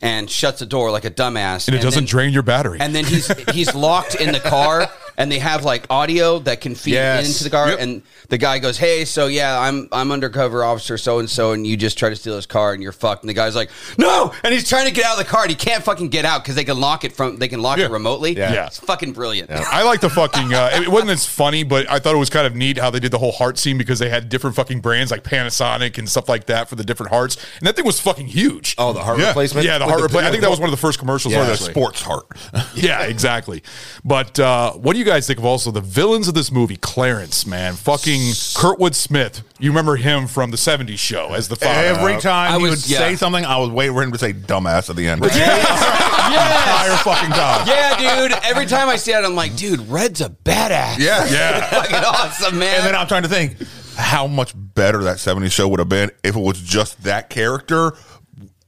H: and shuts the door like a dumbass,
I: And it doesn't
H: then-
I: drain your battery.
H: And then he's he's locked in the car, and they have like audio that can feed
M: Yes.
H: into the car, and the guy goes, "Hey, so yeah, I'm I'm undercover officer so and so, and you just try to steal his car, and you're fucked." And the guy's like, "No!" And he's trying to get out of the car, and he can't fucking get out because they can lock it from they can lock it remotely.
I: Yeah. Yeah.
H: it's fucking brilliant.
I: I like the fucking. Uh, it wasn't as funny, but I thought it was kind of neat how they did the whole heart scene because they had different fucking brands like Panasonic and stuff like that for the different hearts, and that thing was fucking huge.
M: Oh, the heart
I: yeah.
M: replacement?
I: Yeah, the
M: With
I: heart
M: the-
I: replacement. I think that was one of the first commercials
J: Yeah,
I: for
J: the
I: actually.
J: sports heart.
I: yeah, exactly. But uh, what do you guys think of also the villains of this movie? Clarence, man, fucking Kurtwood Smith. You remember him from the '70s show as the father. Uh,
J: Every time he would
I: yeah.
J: say something, I was waiting for him to say "dumbass" at the end. Entire fucking time.
H: Yeah, dude. Every time I see it, I'm like, dude, Red's a badass.
J: Yeah. Yeah.
H: fucking awesome, man.
J: And then I'm trying to think how much better that 70s show would have been if it was just that character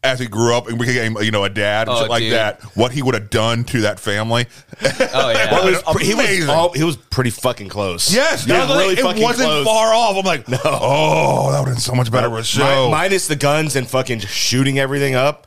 J: as he grew up and became, you know, a dad and
M: Oh,
J: shit like
M: dude.
J: that. What he would have done to that family.
H: Oh yeah.
J: Well, it was
M: Uh, he was
J: amazing.
M: all, he was pretty fucking close.
J: Yes,
M: He
J: that
M: was
J: was- it wasn't far off. I'm like, oh, that would have been so much better of a show.
M: minus the guns and fucking shooting everything up.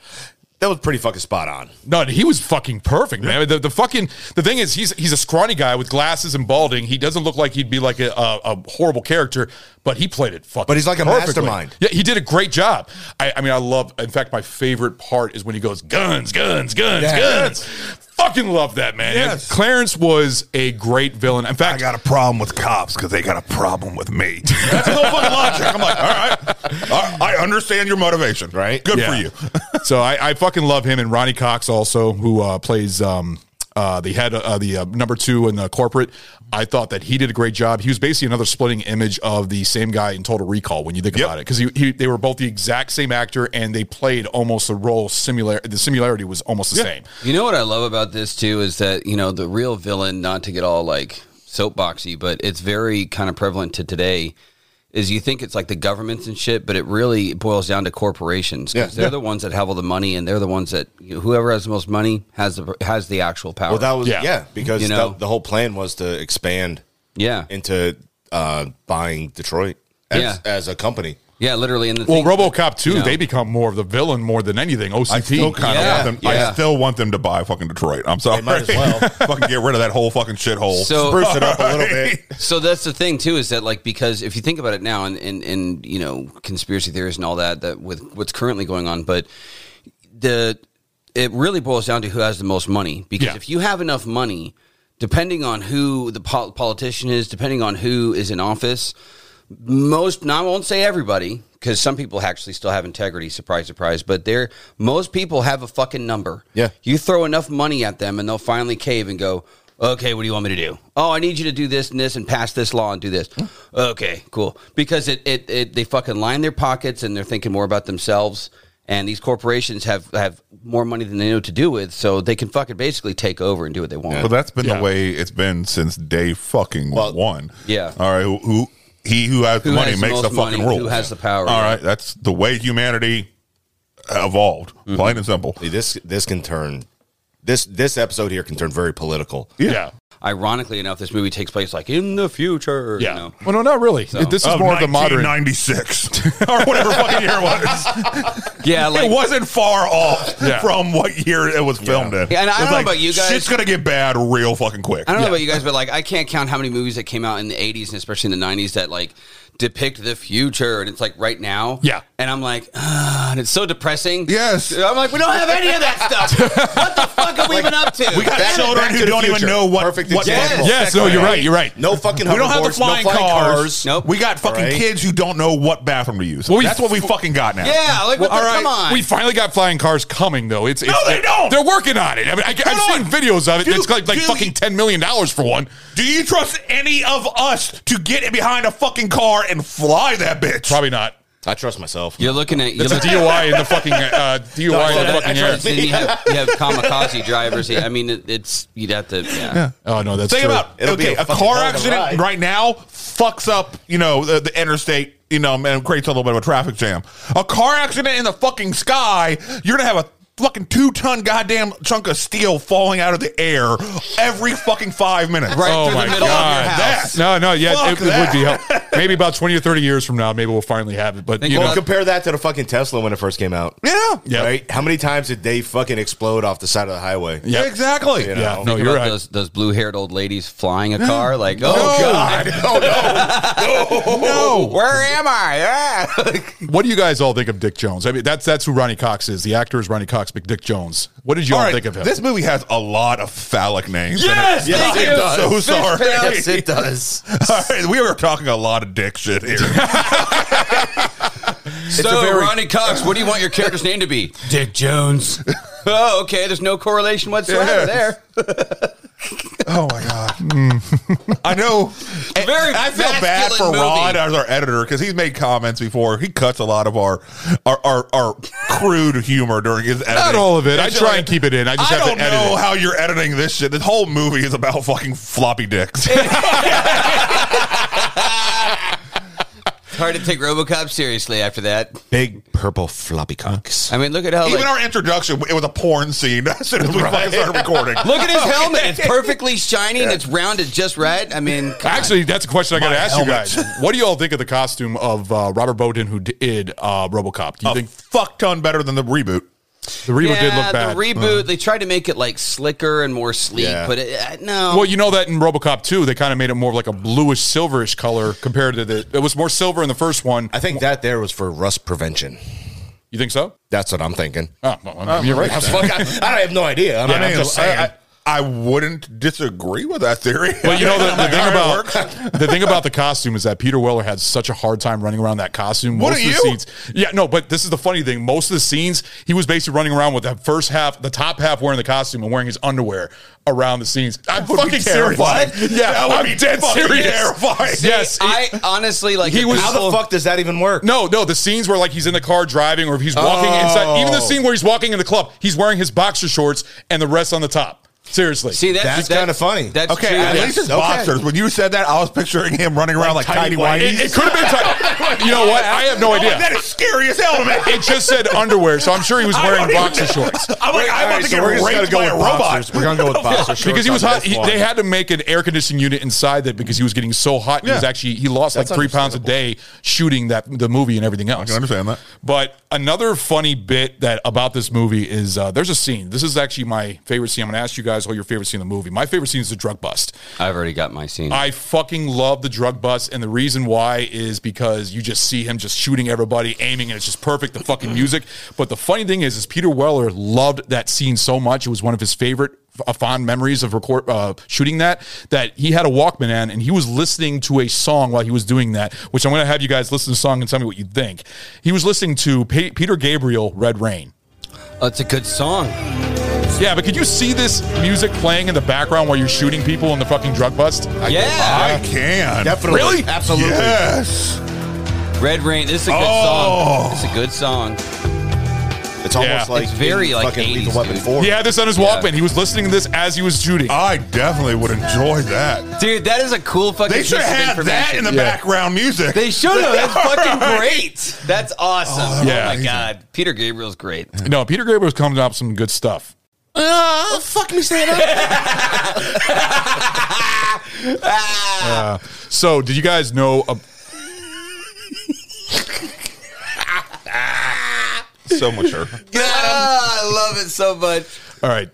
M: that was pretty fucking spot on.
I: No, he was fucking perfect, man. The, the fucking the thing is, he's he's a scrawny guy with glasses and balding. He doesn't look like he'd be like a, a, a horrible character, but he played it fucking.
M: But he's like a
I: perfectly.
M: mastermind.
I: Yeah, he did a great job. I, I mean, I love. In fact, my favorite part is when he goes guns, guns, guns,
J: Yeah.
I: guns. Fucking love that man.
J: Yes.
I: Clarence was a great villain. In fact, I got
J: a problem with cops because they got a problem with me.
I: That's
J: no fucking logic. I'm like, all right, all right, I understand your motivation, right? Good for you.
I: so I, I fucking love him and Ronnie Cox also, who uh, plays um, uh, the head, uh, the uh, number two in the corporate. I thought that he did a great job. He was basically another splitting image of the same guy in Total Recall when you think about it, because he, he, they were both the exact same actor and they played almost the role similar. The similarity was almost the same.
H: You know what I love about this too is that you know the real villain, not to get all like soapboxy, but it's very kind of prevalent to today. Is you think it's like the governments and shit, but it really boils down to corporations 'cause
M: Yeah.
H: they're
M: Yeah.
H: the ones that have all the money, and they're the ones that you know, whoever has the most money has the has the actual power.
M: Well, that was yeah, because
H: you know
M: the, the whole plan was to expand,
H: yeah,
M: into uh, buying Detroit as,
H: Yeah.
M: as a company.
H: yeah, literally. And the
I: Well,
H: thing-
I: RoboCop two,
H: you know.
I: they become more of the villain more than anything. OCP.
J: I still kind of want them. I still want them to buy fucking Detroit. I'm sorry.
I: might as
J: well fucking get rid of that whole fucking shithole.
H: So-
J: Spruce it up a little bit.
H: so that's the thing too is that like because if you think about it now and and, and you know conspiracy theories and all that that with what's currently going on but the it really boils down to who has the most money because if you have enough money depending on who the pol- politician is depending on who is in office most now i won't say everybody because some people actually still have integrity surprise surprise but they're most people have a fucking number yeah you throw enough money at them and they'll finally cave and go okay what do you want me to do oh i need you to do this and this and pass this law and do this okay cool because it, it, it they fucking line their pockets and they're thinking more about themselves and these corporations have have more money than they know what to do with so they can fucking basically take over and do what they want
J: But that's been the way it's been since day fucking one.
H: yeah.
J: All right. Who, who he who has
H: Who
J: the money
H: has the
J: makes the,
H: most
J: fucking
H: money,
J: rules.
H: who has the power,
J: All
H: yeah.
J: right. That's the way humanity evolved.
H: Mm-hmm.
J: Plain and simple.
M: This this can turn this this episode here can turn very political.
I: Yeah.
H: ironically enough this movie takes place like in the future yeah you know?
I: Well, no, not really.
H: So-
I: This is
H: Of
I: more of the modern
J: 1996 or whatever fucking year it was.
H: yeah like
J: it wasn't far off
I: Yeah.
J: from what year it was filmed in.
H: Yeah, and I
J: It's
H: don't know about you guys-
J: Shit's gonna get bad real fucking quick.
H: I don't know about you guys, but like I can't count how many movies that came out in the '80s and especially in the '90s that like depict the future, and it's like right now.
I: Yeah.
H: and I'm like, ah, and it's so depressing.
J: Yes,
H: I'm like, we don't have any of that stuff. what the fuck have we been up to?
J: We got
H: Damn it.
J: children who don't even know what.
M: Perfect
J: what
M: example.
I: Yes, no, you're right, you're right.
M: No fucking
J: we don't have the
M: hoverboards, no
J: flying, cars. We got fucking
M: All right.
J: kids who don't know what bathroom to use.
I: Well, we-
J: That's what we fucking got now.
H: Yeah, like, what the- come on.
I: We finally got flying cars coming, though. It's, it's
J: they don't.
I: They're working on it. I mean, I, I've seen videos of it.
J: Dude,
I: it's like, like
J: dude.
I: fucking ten million dollars for one.
J: Do you trust any of us to get behind a fucking car and fly that bitch?
I: Probably not.
M: I trust myself.
H: You're looking at you
I: It's a
H: look,
I: DUI in the fucking uh, DUI in the fucking air.
H: Then you have, you have kamikaze drivers. I mean, it, it's you'd have to. Yeah.
I: Oh no, that's
J: Think
I: true.
J: about it. okay, a, car accident right now fucks up, you know, the, the interstate, you know, and creates a little bit of a traffic jam. A car accident in the fucking sky, you're gonna have a fucking two ton goddamn chunk of steel falling out of the air every fucking five minutes.
H: Right
I: Oh
H: through
I: my
H: the middle of your
I: god!
H: house.
I: No, no, yeah,
J: Fuck
I: it, it would
J: that.
I: be help. Maybe about twenty or thirty years from now, maybe we'll finally have it. But
H: Think
I: you
M: Well,
I: know,
M: compare that to the fucking Tesla when it first came out.
J: Yeah.
I: Yeah.
M: Right? How many times did they fucking explode off the side of the highway?
I: Yep.
J: Exactly.
M: You
I: Yeah, no,
M: know.
H: Think
I: you're
H: about
I: right.
H: Those, those blue-haired old ladies flying a car, like, oh god, Oh,
J: No.
H: where am I? Ah.
I: What do you guys all think of Dick Jones? I mean, that's that's who Ronnie Cox is. The actor is Ronnie Cox, but Dick Jones. What did you all,
J: All right,
I: think of him?
J: This movie has a lot of phallic names. in it.
H: Yes, Yes, thank it you. does.
J: I'm so
H: Fish
J: sorry.
M: Yes,
H: pants.
M: it does.
J: All right, we were talking a lot of dick shit here.
H: So, Ronnie Cox, what do you want your character's name to be? Dick Jones. oh, okay. There's no correlation
J: Yeah.
H: whatsoever there.
J: Oh my god! I know.
H: Very
J: I feel bad for
H: masculine
J: Ron
H: movie.
J: as our editor because he's made comments before. He cuts a lot of our our our, our crude humor during his editing.
I: Not all of it. I
J: It's
I: try
J: like,
I: and keep it in. I just
J: I
I: have
J: don't
I: to edit
J: know
I: it.
J: how you're editing this shit. This whole movie is about fucking floppy dicks.
H: It's hard to take RoboCop seriously after that.
M: Big purple floppy cocks.
H: I mean, look at how
J: Even
H: like,
J: our introduction, it was a porn scene as soon as we fucking started recording.
H: look at
I: Oh.
H: his helmet. It's perfectly shiny and it's rounded just right. I mean, come on.
I: Actually, that's a question I got to
J: My
I: ask
J: helmet.
I: you guys. What do you all think of the costume of uh, Robert Bowden who did uh, RoboCop? Do you
J: a
I: think?
J: fuck ton better than the reboot.
I: The reboot did look
H: Yeah,
I: bad. Mm.
H: The reboot, they tried to make it like slicker and more sleek,
I: Yeah.
H: but it, uh, no.
I: Well, you know that in RoboCop 2, they kind of made it more of like a bluish silverish color compared to the it was more silver in the first one.
M: I think that there was for rust prevention.
I: You think so?
M: That's what I'm thinking.
I: Oh, well, I mean, you're right.
M: I, was like, I, I have no idea. I mean,
J: I
M: I'm just saying.
J: I, I wouldn't disagree with that theory.
I: Well, you know the, the
J: Like,
I: thing
J: all right,
I: about
J: work.
I: the thing about the costume is that Peter Weller had such a hard time running around that costume.
J: What
I: most
J: are
I: of
J: you?
I: the scenes, yeah, no, but this is the funny thing. Most of the scenes, he was basically running around with the first half, the top half wearing the costume and wearing his underwear around the scenes. I'm
J: would be
I: fucking serious.
J: terrifying.
I: Yeah,
J: That would
I: I'm
J: be
I: dead
J: fucking
I: serious.
J: terrifying. See,
I: Yes,
H: I honestly like
I: He was-
M: how the fuck does that even work?
I: No, no. The scenes where like he's in the car driving, or if he's walking
M: Oh.
I: inside. Even the scene where he's walking in the club, he's wearing his boxer shorts and the rest on the top. Seriously,
H: See, that's- That's that- kinda funny. that's
J: okay,
H: true.
J: at
H: Yes.
J: least it's
H: Okay.
J: boxers. When you said that, I was picturing him running around like, tiny whitey.
I: It, it could have been tiny. You know what? I have no
J: Oh,
I: idea.
J: That is scary as hell, man.
I: It just said underwear, so I'm sure he was
J: I
I: wearing
J: don't even
I: boxer
J: know.
I: shorts.
J: I'm like, I
M: All
J: want
M: right,
J: to
M: so
J: get
M: we're just gonna
J: raped
M: go
J: by a
M: with
J: robot.
M: boxers. We're gonna go with boxer shorts.
I: because he was
M: on
I: hot.
M: this
I: he-
M: one.
I: they had to make an air conditioning unit inside that because he was getting so hot. He was
J: Yeah.
I: actually he lost like
J: That's
I: three pounds a day shooting that the movie and everything else.
J: I understand that.
I: But another funny bit that about this movie is uh, there's a scene. This is actually my favorite scene. I'm going to ask you guys what your favorite scene in the movie. My favorite scene is the drug bust.
H: I've already got my scene.
I: I fucking love the drug bust, and the reason why is because you just see him just shooting everybody, aiming, and it's just perfect. The fucking music. But the funny thing is, is Peter Weller loved that scene so much; it was one of his favorite. uh, Fond memories of record uh, shooting that that he had a Walkman in and he was listening to a song while he was doing that, which I'm going to have you guys listen to the song and tell me what you think. He was listening to Pe- Peter Gabriel, "Red Rain."
H: That's a good song.
I: Yeah, but could you see this music playing in the background while you're shooting people in the fucking drug bust?
H: Yeah.
J: I can
M: Definitely.
I: Really?
M: Absolutely.
J: Yes.
H: Red Rain. This is a good
J: Oh.
H: song. It's a good song.
M: It's almost
I: Yeah.
M: like
H: It's very,
M: in
H: like,
M: fucking
H: 80s,
M: Lethal Weapon
H: dude.
M: Four.
I: He had this on his Walkman. He was listening to this as he was shooting.
J: I definitely would enjoy that.
H: Dude, that is a cool fucking
J: They should
H: piece of
J: have that
H: information.
J: in the
I: Yeah.
J: background music.
H: They should have. That's fucking
J: Right.
H: great. That's awesome. Oh,
I: Yeah.
H: my God. Peter Gabriel's great.
I: no, Peter Gabriel's coming up with some good stuff.
M: Oh, fuck me, stand up.
I: Uh, so, did you guys know? ab-
J: So mature.
H: Ah, I love it so much.
I: all right,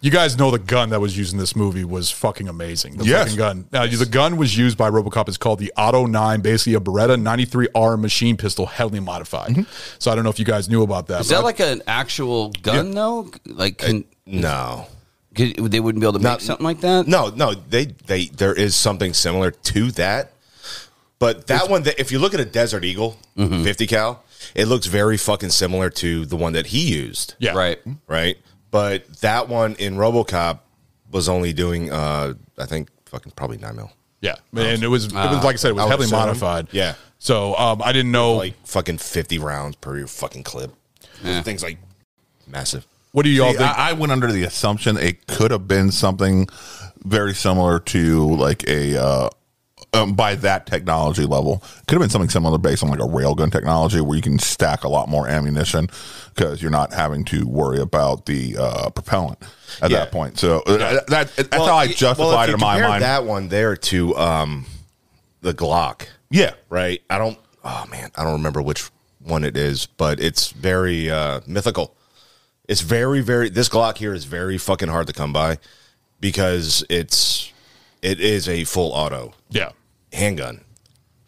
I: you guys know the gun that was used in this movie was fucking amazing. The
J: Yes.
I: fucking gun. Now, the gun was used by RoboCop. It's called the Auto Nine, basically a Beretta 93R machine pistol, heavily modified.
M: Mm-hmm.
I: So, I don't know if you guys knew about that.
H: Is that
I: but-
H: like an actual gun, though? Like, can,
M: No.
H: could, they wouldn't be able to make
M: Not-
H: something like that?
M: No, no, they they there is something similar to that, but that one that if you look at a Desert Eagle fifty cal, it looks very fucking similar to the one that he used,
I: yeah,
H: Right.
M: right? But that one in RoboCop was only doing, uh, I think, fucking probably nine mil,
I: yeah, and it was it was like I said, it was
M: I would
I: heavily
M: assume.
I: modified.
M: Yeah.
I: So, um, I didn't know.
M: like fucking fifty rounds per your fucking clip. Things like massive.
I: what do
J: See,
I: y'all think?
J: I, I went under the assumption it could have been something very similar to like a uh, um, by that technology level. Could have been something similar based on like a railgun technology where you can stack a lot more ammunition because you're not having to worry about the uh, propellant at
M: Yeah.
J: that point. So uh, that, that's how I
M: y-
J: justified
M: well, if
J: it
M: you
J: in my
M: compare
J: mind.
M: That one there to um, the Glock.
J: yeah,
M: right? I don't. Oh man, I don't remember which one it is, but it's very uh, mythical. It's very, very. This Glock here is very fucking hard to come by because it's it is a full auto
I: yeah.
M: handgun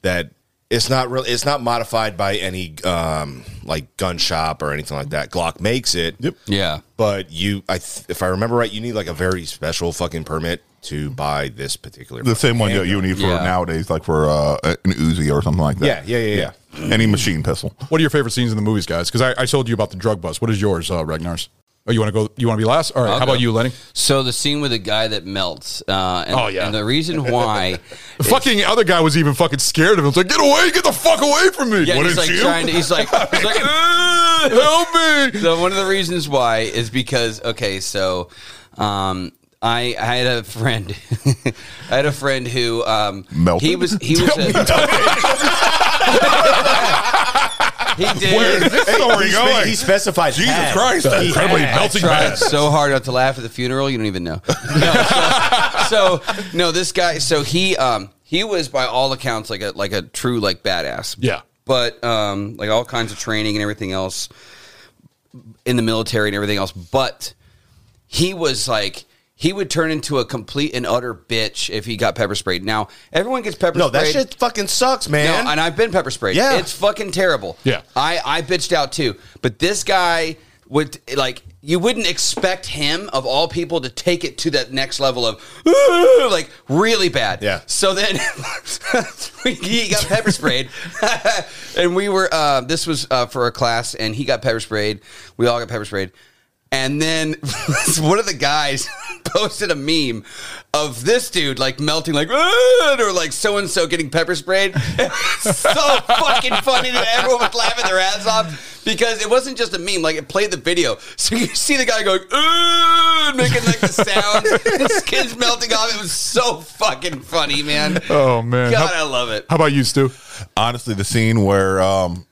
M: that it's not really it's not modified by any um, like gun shop or anything like that. Glock makes it. Yep.
H: Yeah.
M: But you, I th- if I remember right, you need like a very special fucking permit to buy this particular
J: the same one that you need for
H: Yeah.
J: nowadays, like for uh, an Uzi or something like that.
M: Yeah, yeah, yeah,
J: Any machine pistol.
I: What are your favorite scenes in the movies, guys? Because I, I told you about the drug bust. What is yours, uh, Ragnar's? Oh, you want to go? You want to be last? All right,
H: I'll
I: how
H: go.
I: about you, Lenny?
H: So the scene with the guy that melts. Uh, and,
I: Oh, yeah.
H: And the reason why.
I: The fucking other guy was even fucking scared of him. It's like, get away, get the fuck away from me.
H: Yeah,
I: What
H: he's
I: is
H: like
I: you?
H: trying to. He's like, he's like, "Ah,
I: Help me.
H: So one of the reasons why is because okay, so um, I I had a friend, I had a friend who um,
J: Melted?
H: he was he was a, he did.
J: story
M: he, spe-
J: going?
M: he specified.
J: Jesus
M: had.
J: Christ,
M: He
J: incredibly
M: had.
J: melting
H: tried
J: bad.
H: so hard not to laugh at the funeral. You don't even know. No, so, so, no, this guy. So he um he was by all accounts like a like a true like badass.
I: Yeah.
H: But um like all kinds of training and everything else. in the military and everything else, but he was like he would turn into a complete and utter bitch if he got pepper sprayed. Now everyone gets pepper
M: No,
H: sprayed.
M: that shit fucking sucks, man.
H: No, and I've been pepper sprayed.
M: Yeah.
H: It's fucking terrible.
M: Yeah.
H: I, I bitched out too. But this guy would like you wouldn't expect him of all people to take it to that next level of "Ooh," like really bad. Yeah. So then he got pepper sprayed, and we were uh, this was uh, for a class, and he got pepper sprayed. We all got pepper sprayed, and then one of the guys posted a meme of this dude like melting, like "Ugh," or like so and so getting pepper sprayed. It was so fucking funny that everyone was laughing their ass off because it wasn't just a meme; like it played the video. So you see the guy going "Ugh," making like the sound, his skin's melting off. It was so fucking funny, man.
J: Oh man,
H: God, I love it.
J: How about you, Stu? Honestly, the scene where um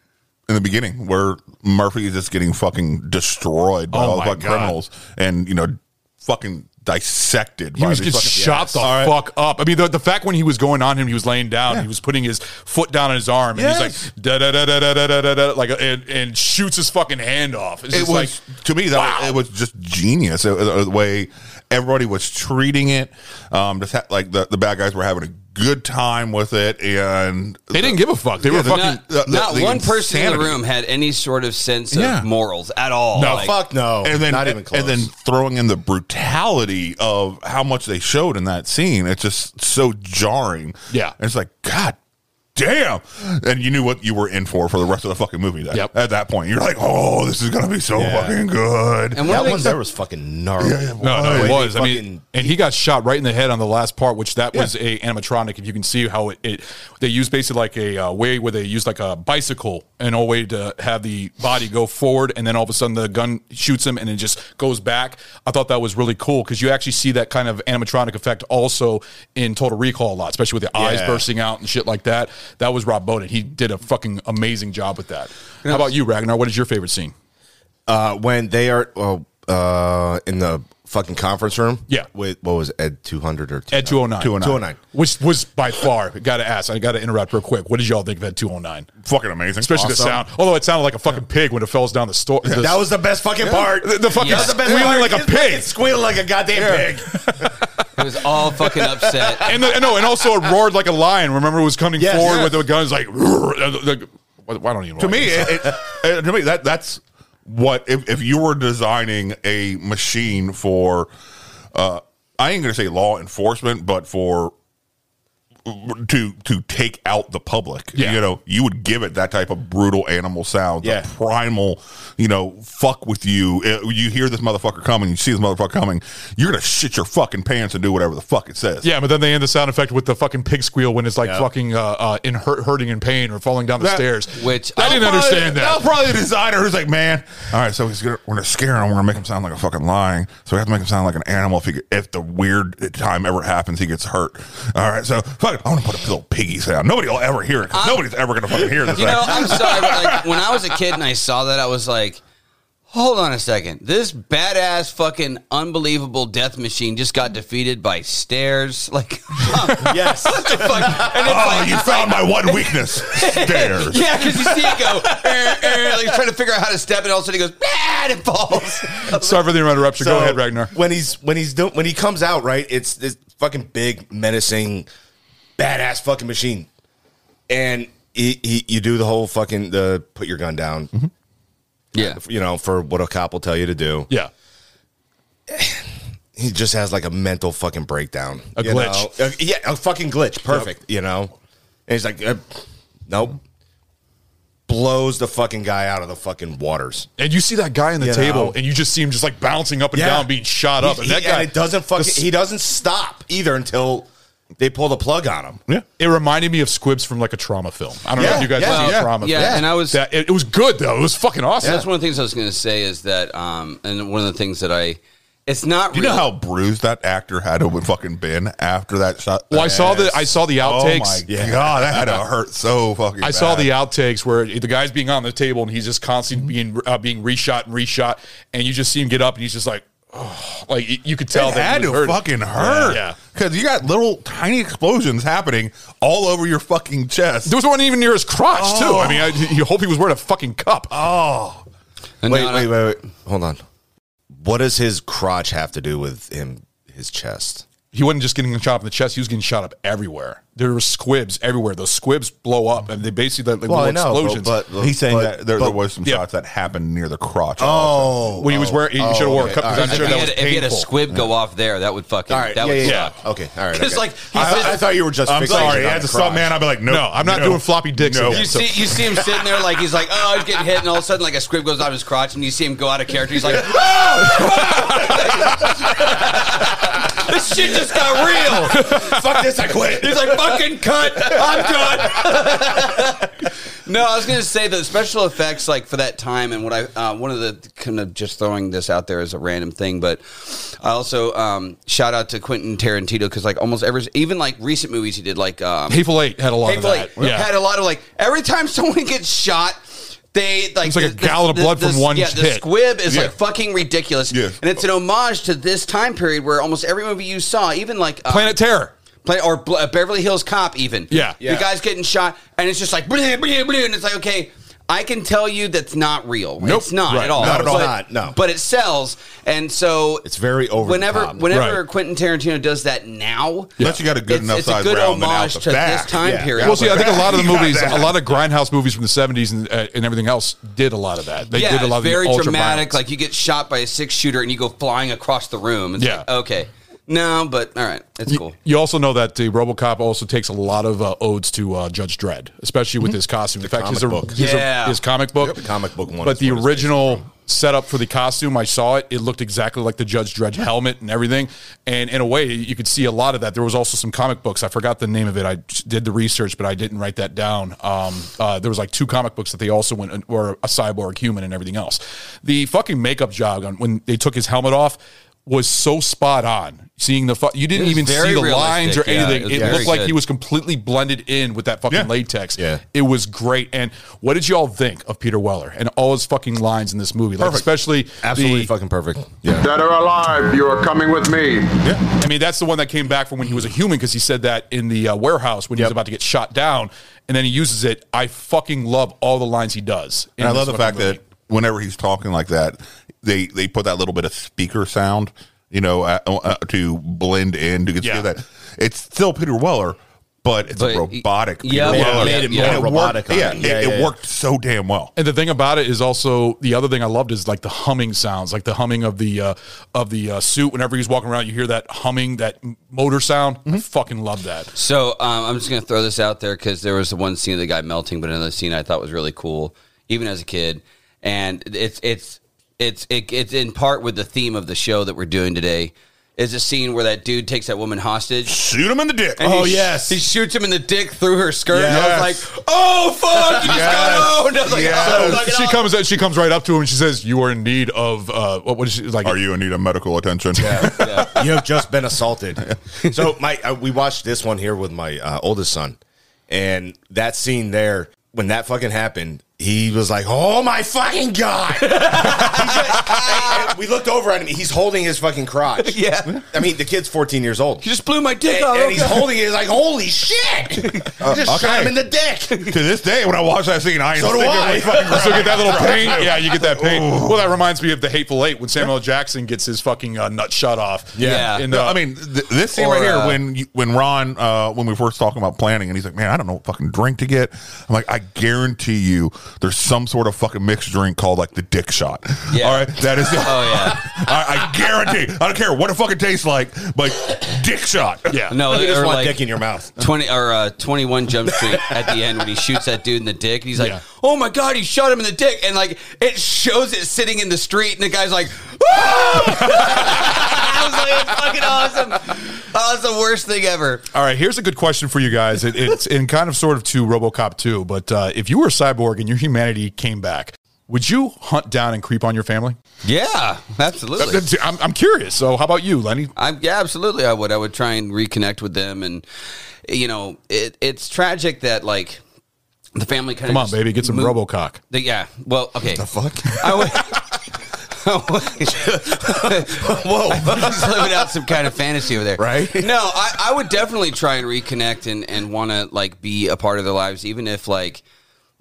J: in the beginning where Murphy is just getting fucking destroyed by
I: Oh
J: all the
I: my
J: fucking
I: God.
J: criminals and you know fucking dissected.
I: He
J: by
I: was
J: these
I: getting
J: fucking-
I: shot the
J: All right.
I: fuck up. I mean, the, the fact when he was going on him, he was laying down. He was putting his foot down on his arm, and he's like da da da da da da da da, like and, and shoots his fucking hand off. It's
J: it
I: just
J: was
I: like
J: to me that it was just genius. It- it- the way everybody was treating it, um, just ha- like the, the bad guys were having a good time with it, and they
I: didn't give a fuck.
H: They were fucking. Not, not one person in the room had any sort of sense
J: Yeah.
H: of morals at all. Like-
J: And then and then throwing in the brutality of how much they showed in that scene, it's just so jarring.
I: Yeah.
J: And it's like God. Damn! And you knew what you were in for for the rest of the fucking movie. That, At that point, you're like, "Oh, this is gonna be so
M: Yeah.
J: fucking good."
M: And that one there was fucking gnarly.
I: No, no,
J: Why?
I: it was. I
M: Fucking-
I: mean, and he got shot right in the head on the last part, which that was a animatronic. If you can see how it, it they used basically like a uh, way where they used like a bicycle and a way to have the body go forward, and then all of a sudden the gun shoots him and it just goes back. I thought that was really cool because you actually see that kind of animatronic effect also in Total Recall a lot, especially with the eyes
J: Yeah.
I: bursting out and shit like that. That was Rob Bowden. He did a fucking amazing job with that. How about you, Ragnar? What is your favorite scene?
M: uh, when they are uh, uh, in the fucking conference room.
I: Yeah.
M: With what was it, Ed two hundred oh or
I: At 209.
M: 209.
I: Which was by far, got to ask, I got to interrupt real quick. What did y'all think of that 209?
J: Fucking amazing.
I: Especially
M: Awesome.
I: the sound. Although it sounded like a fucking pig when it falls down the store.
M: That was the best fucking
I: Yeah.
M: part.
I: The, the fucking
M: That was the best
I: squealing
M: part.
I: like a
M: Just make
I: pig.
M: it squeal like a goddamn
I: Yeah.
M: pig.
H: It was all fucking upset.
I: And, the, and no, and also it roared like a lion. Remember, it was coming
J: Yes.
I: forward
J: Yes.
I: with the guns like. "Roar," uh, the- the- I don't even.
J: to
I: like
J: me,
I: this.
J: it, it, uh, to me that that's what if, if you were designing a machine for, uh, I ain't gonna say law enforcement, but for to to take out the public, you know, you would give it that type of brutal animal sound,
M: Yeah.
J: the primal, you know, Oh, fuck with you. Uh, You hear this motherfucker coming, you see this motherfucker coming, you're gonna shit your fucking pants and do whatever the fuck it says.
I: Yeah, but then they end the sound effect with the fucking pig squeal when it's like
J: Yeah.
I: fucking uh, uh, in hurt, hurting in pain or falling down the
J: That-
I: stairs.
H: Which
I: I didn't
J: Probably-
I: understand that.
J: was probably the designer who's like, man, all right, so he's gonna, we're gonna scare him. We're gonna make him sound like a fucking lion. So we have to make him sound like an animal. If he, get- if the weird time ever happens, he gets hurt. All right, so fuck, it, I'm gonna put a little piggy sound. Nobody will ever hear it. 'cause nobody's ever gonna fucking hear this.
H: Uh, You
J: thing.
H: know, I'm sorry, but like when I was a kid and I saw that, I was like, hold on a second. This badass fucking unbelievable death machine just got defeated by stairs. Like
J: yes.
H: what the fuck? And it's
J: oh,
H: like
J: you found my one weakness. Stairs.
H: Yeah, because you see it go, "Eh, eh," like trying to figure out how to step, and all of a sudden he goes, bad, it falls.
I: Sorry for the interruption. Go ahead, Ragnar.
M: When he's when he's doing when he comes out, right? It's this fucking big, menacing, badass fucking machine, and he, he, you do the whole fucking the put your gun down.
I: Mm-hmm.
H: Yeah,
M: you know for what a cop will tell you to do.
I: Yeah.
M: He just has like a mental fucking breakdown,
I: A
M: you
I: glitch.
M: know? Uh, yeah, a fucking glitch. Perfect, you know. And he's like, uh, nope. Blows the fucking guy out of the fucking waters.
I: And you see that guy in the
M: You
I: table,
M: know.
I: and you just see him just like bouncing up and
M: Yeah.
I: down, being shot up.
M: He-
I: and
M: he-
I: that guy
M: it doesn't fucking.
I: the-
M: he doesn't stop either until they pull the plug on him.
I: Yeah. It reminded me of squibs from like a trauma film. I don't know
M: Yeah,
I: if you guys
M: yeah,
I: have seen
M: yeah.
I: trauma
H: Yeah,
I: film.
H: and I was-
I: that, it, it was good though. It was fucking awesome.
H: That's one of the things I was going to say is that, um, and one of the things that I, it's not.
J: Do you know
H: real-
J: how bruised that actor had to have fucking been after that shot?
I: Well, I saw the- I saw the
J: Oh
I: outtakes.
J: my god, that had to hurt so fucking.
I: I saw
J: bad.
I: the outtakes where the guy's being on the table and he's just constantly being uh, being reshot and reshot, and you just see him get up and he's just like, oh, like y- you could tell
J: it
I: that
J: had
I: he
J: to
I: was hurt.
J: fucking hurt.
I: Yeah.
J: because you got little tiny explosions happening all over your fucking chest.
I: There was one even near his crotch too. I mean, I, you hope he was wearing a fucking cup.
J: Oh,
O: And
M: wait,
O: not-
M: wait, wait, wait. Hold on. What does his crotch have to do with him? His chest.
I: He wasn't just getting shot up in the chest; he was getting shot up everywhere. There were squibs everywhere. Those squibs blow up, and they basically like
M: Well, I
I: little
M: know, but-
I: explosions.
M: but-
P: He's saying
M: but-
P: that there,
M: but-
P: there was some
I: yeah.
P: shots that happened near the crotch.
M: Oh,
I: When he was wearing- he
P: oh,
I: should've wore a
P: okay.
I: cup, 'cause I'm
P: All right.
I: sure
H: if,
I: that
H: he
I: was
H: had, if he had a
I: painful.
H: squib go off there, that would fucking that would
M: yeah,
H: suck.
M: yeah. Okay, all right.
H: Because
M: okay.
H: like
M: I, I thought you were just.
H: I'm
M: fixated
H: sorry,
M: on
H: as
M: the
H: a stuntman,
M: crotch.
P: I'd be like, no,
I: No, I'm not doing floppy dicks again.
H: You see, you see him sitting there like he's like, oh, he's getting hit, and all of a sudden like a squib goes out of his crotch, and you see him go out of character. He's like, oh, this shit just got real.
M: Fuck this, I quit.
H: He's like, fucking cut, I'm done. no, I was gonna say the special effects like for that time, and what I uh, one of the kind of just throwing this out there as a random thing, but I also um, shout out to Quentin Tarantino because like almost every even like recent movies he did like um,
I: Hateful Eight had a lot
H: Hateful
I: of that.
H: Eight had a lot of like every time someone gets shot, they like
I: It's like a gallon of blood from one
H: Yeah, the
I: hit.
H: squib is
I: Yeah.
H: like fucking ridiculous, and it's an homage to this time period where almost every movie you saw, even like uh,
I: Planet Terror.
H: Play, or Bl- uh, Beverly Hills Cop, even
I: Yeah. Yeah.
H: the guy's getting shot, and it's just like bleh, bleh, bleh, and it's like okay. I can tell you that's not real.
M: Nope.
H: It's not
M: Right.
H: at all.
M: Not at all.
H: But-
M: Not, no.
H: But it sells, and so
M: It's very over. the
H: whenever
M: top.
H: whenever Quentin Tarantino does that now,
P: Unless you got a good
H: it's,
P: enough
H: it's a
P: size
H: good
P: round and out
H: homage
P: the
H: to
P: back.
H: this time
P: Yeah.
H: period.
I: Well, see, I think a lot of the
P: You got
I: movies,
P: that.
I: a lot of grindhouse movies from the '70s and, uh, and everything else, did a lot of that. They
H: yeah,
I: did a lot of
H: it's very
I: the ultra
H: dramatic.
I: violence.
H: Like you get shot by a six shooter and you go flying across the room. It's
I: Yeah.
H: like, okay, no, but all right, it's
I: You-
H: cool.
I: You also know that the RoboCop also takes a lot of uh, odes to uh, Judge Dredd, especially with his costume. In fact, his,
M: Mm-hmm. comic book.
I: his,
M: Yeah.
I: his comic book,
M: Yep, comic book one
I: But
M: is
I: the
M: what it's
I: original setup for the costume, I saw it. It looked exactly like the Judge Dredd helmet and everything. And in a way, you could see a lot of that. There was also some comic books. I forgot the name of it. I just did the research, but I didn't write that down. Um, uh, there was like two comic books that they also went uh, were a cyborg human and everything else. The fucking makeup job on when they took his helmet off. Was so spot on. Seeing the fu- you didn't
H: It was
I: even see
H: very
I: the lines or
H: realistic, yeah,
I: anything.
H: it was
I: it
H: very
I: looked like
H: good.
I: he was completely blended in with that fucking
P: Yeah.
I: latex. Yeah. It was great. And what did y'all think of Peter Weller and all his fucking lines in this movie? Like
M: Perfect.
I: especially
M: Absolutely
I: the,
M: fucking perfect. Yeah.
A: Dead or alive, you are coming with me.
I: Yeah. I mean, that's the one that came back from when he was a human because he said that in the uh, warehouse when he was about to get shot down and then he uses it. I fucking love all the lines he does. in
P: And I
I: this
P: love the
I: fucking
P: fact
I: movie.
P: that whenever he's talking like that, they they put that little bit of speaker sound, you know, uh, uh, to blend in to get to that. It's still Peter Weller, but it's
H: But-
P: a robotic. Peter
H: yeah, yeah,
P: Weller.
H: made it more
P: And worked-
M: robotic on
P: yeah,
M: it.
P: it,
M: Yeah,
P: it
M: yeah, yeah.
P: worked so damn well.
I: And the thing about it is also the other thing I loved is like the humming sounds, like the humming of the uh, of the uh, suit. Whenever he's walking around, you hear that humming, that m- motor sound.
H: Mm-hmm.
I: I fucking love that.
H: So um, I'm just gonna throw this out there because there was the one scene of the guy melting, but another scene I thought was really cool, even as a kid. And it's it's it's it, it's in part with the theme of the show that we're doing today. Is a scene where that dude takes that woman hostage.
P: Shoot him in the dick.
I: Oh,
H: And he sh- he shoots him in the dick through her skirt. And I was
P: Yes.
H: like, "Oh fuck, you just got owned." I was like, "Oh, fuck it
I: she
H: up."
I: comes she comes right up to him and she says, "You are in need of uh, what was she like?
P: Are you in need of medical attention?
M: you have just been assaulted. So my uh, we watched this one here with my uh, oldest son, and that scene there when that fucking happened, he was like, "Oh my fucking god!" He just- and- and we looked over at him. He's holding his fucking crotch.
H: Yeah.
M: I mean the kid's 14 years old.
H: He just blew my dick
M: And,
H: off.
M: and he's holding it he's like, holy shit! He just shot him in the dick.
P: to this day, when I watch that scene, I ain't
M: So do
P: thinking
M: I.
P: of fucking
I: So get that little pain.
P: Right.
I: Yeah, you get that pain. Well, that reminds me of the Hateful Eight when Samuel L. Jackson gets his fucking uh, nut shut off.
P: Yeah.
I: and,
P: No,
I: uh,
P: I mean, th- this scene
I: or,
P: right here,
I: uh,
P: when you, when Ron, uh, when we were first talking about planning, and he's like, man, I don't know what fucking drink to get. I'm like, I guarantee you there's some sort of fucking mixed drink called like the dick shot.
H: Yeah.
P: All right. That is,
H: Oh yeah.
P: I, I guarantee. I don't care what it fucking tastes like, but dick shot.
I: Yeah.
H: No,
M: You
H: or
M: just want
H: like-
M: dick in your mouth.
H: Twenty or uh, twenty-one Jump Street at the end when he shoots that dude in the dick, and he's like, "Oh my god, he shot him in the dick!" And like it shows it sitting in the street, and the guy's like, "Woo!" I was like, "It's fucking awesome!" Oh, it's the worst thing ever.
I: All right, here's a good question for you guys. It, it's in kind of sort of to RoboCop 2, but uh, if you were a cyborg and your humanity came back, would you hunt down and creep on your family? Uh,
H: Yeah, absolutely.
I: I'm, I'm curious. So, how about you, Lenny?
H: I, yeah, absolutely. I would. I would try and reconnect with them, and you know, it, it's tragic that like the family kind
I: Come
H: of
I: on, baby, get some RoboCock.
H: The, yeah. Well, okay. The
M: fuck?
H: I would.
Q: Oh,
H: Whoa! I think he's living out some kind of fantasy over there, right? No, I, I would definitely try and reconnect and and want to like be a part of their lives, even if like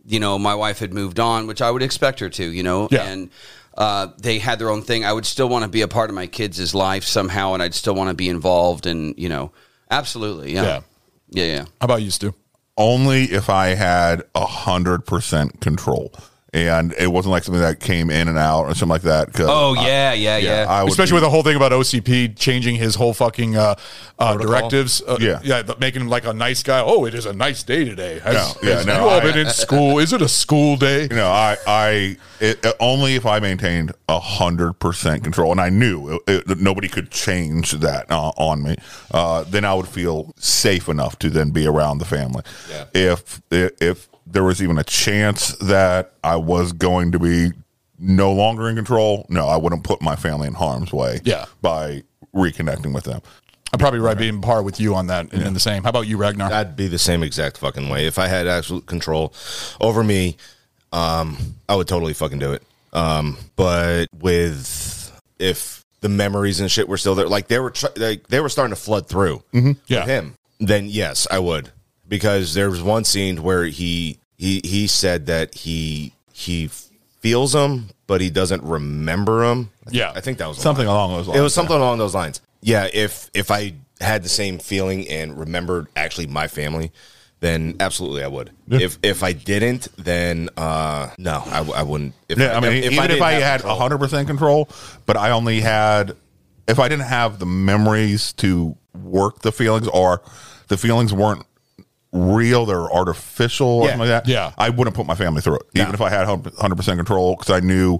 Q: you know, my wife had moved on, which I would expect her to, you know,
H: Yeah.
Q: and uh, they had their own thing. I would still want to be a part of my kids' life somehow, and I'd still want to be involved, and you know, absolutely, yeah,
J: Yeah.
Q: yeah, yeah. yeah.
I: How about you, Stu?
J: Only if I had a hundred percent control. And it wasn't like something that came in and out or something like that. 'cause
Q: Oh,
J: I-
Q: yeah, yeah, yeah.
J: I would
I: Especially
J: be-
I: with the whole thing about OCP changing his whole fucking uh, uh, directives. Uh,
J: Yeah.
I: yeah, th- making him like a nice guy. Oh, it is a nice day today. Has,
J: No, yeah,
I: has
J: no,
I: you all
J: I-
I: been in school? Is it a school day?
J: You know, I, I, it, it- only if I maintained a hundred percent control, and I knew it, it, that nobody could change that uh, on me. Uh, then I would feel safe enough to then be around the family.
C: Yeah.
J: If, if if there was even a chance that I was going to be no longer in control, no, I wouldn't put my family in harm's way.
I: Yeah.
J: by reconnecting with them.
I: I'm probably right being par with you on that and, and the same. How about you, Ragnar?
M: I'd be the same exact fucking way. If I had absolute control over me, um, I would totally fucking do it. Um, but with if the memories and shit were still there, like they were, tr- like they were starting to flood through
J: Mm-hmm.
I: yeah.
M: with him, then yes, I would. Because there was one scene where he he he said that he he feels him, but he doesn't remember him.
I: Yeah,
M: I think that was a
J: Something
M: line.
J: along those lines,
M: It was something along those lines. Yeah, if if I had the same feeling and remembered actually my family, then absolutely I would.
J: Yeah.
M: If if I didn't, then uh no, I, w- I wouldn't. If
J: yeah, I, mean, even if
M: didn't
J: I
M: have
J: had
M: control-
J: hundred percent control, but I only had, uh, if I didn't have the memories to work the feelings, or the feelings weren't real, they were artificial, or
M: Yeah.
J: something like that.
I: Yeah.
J: I wouldn't put my family through it, even if I had hundred percent control, because I knew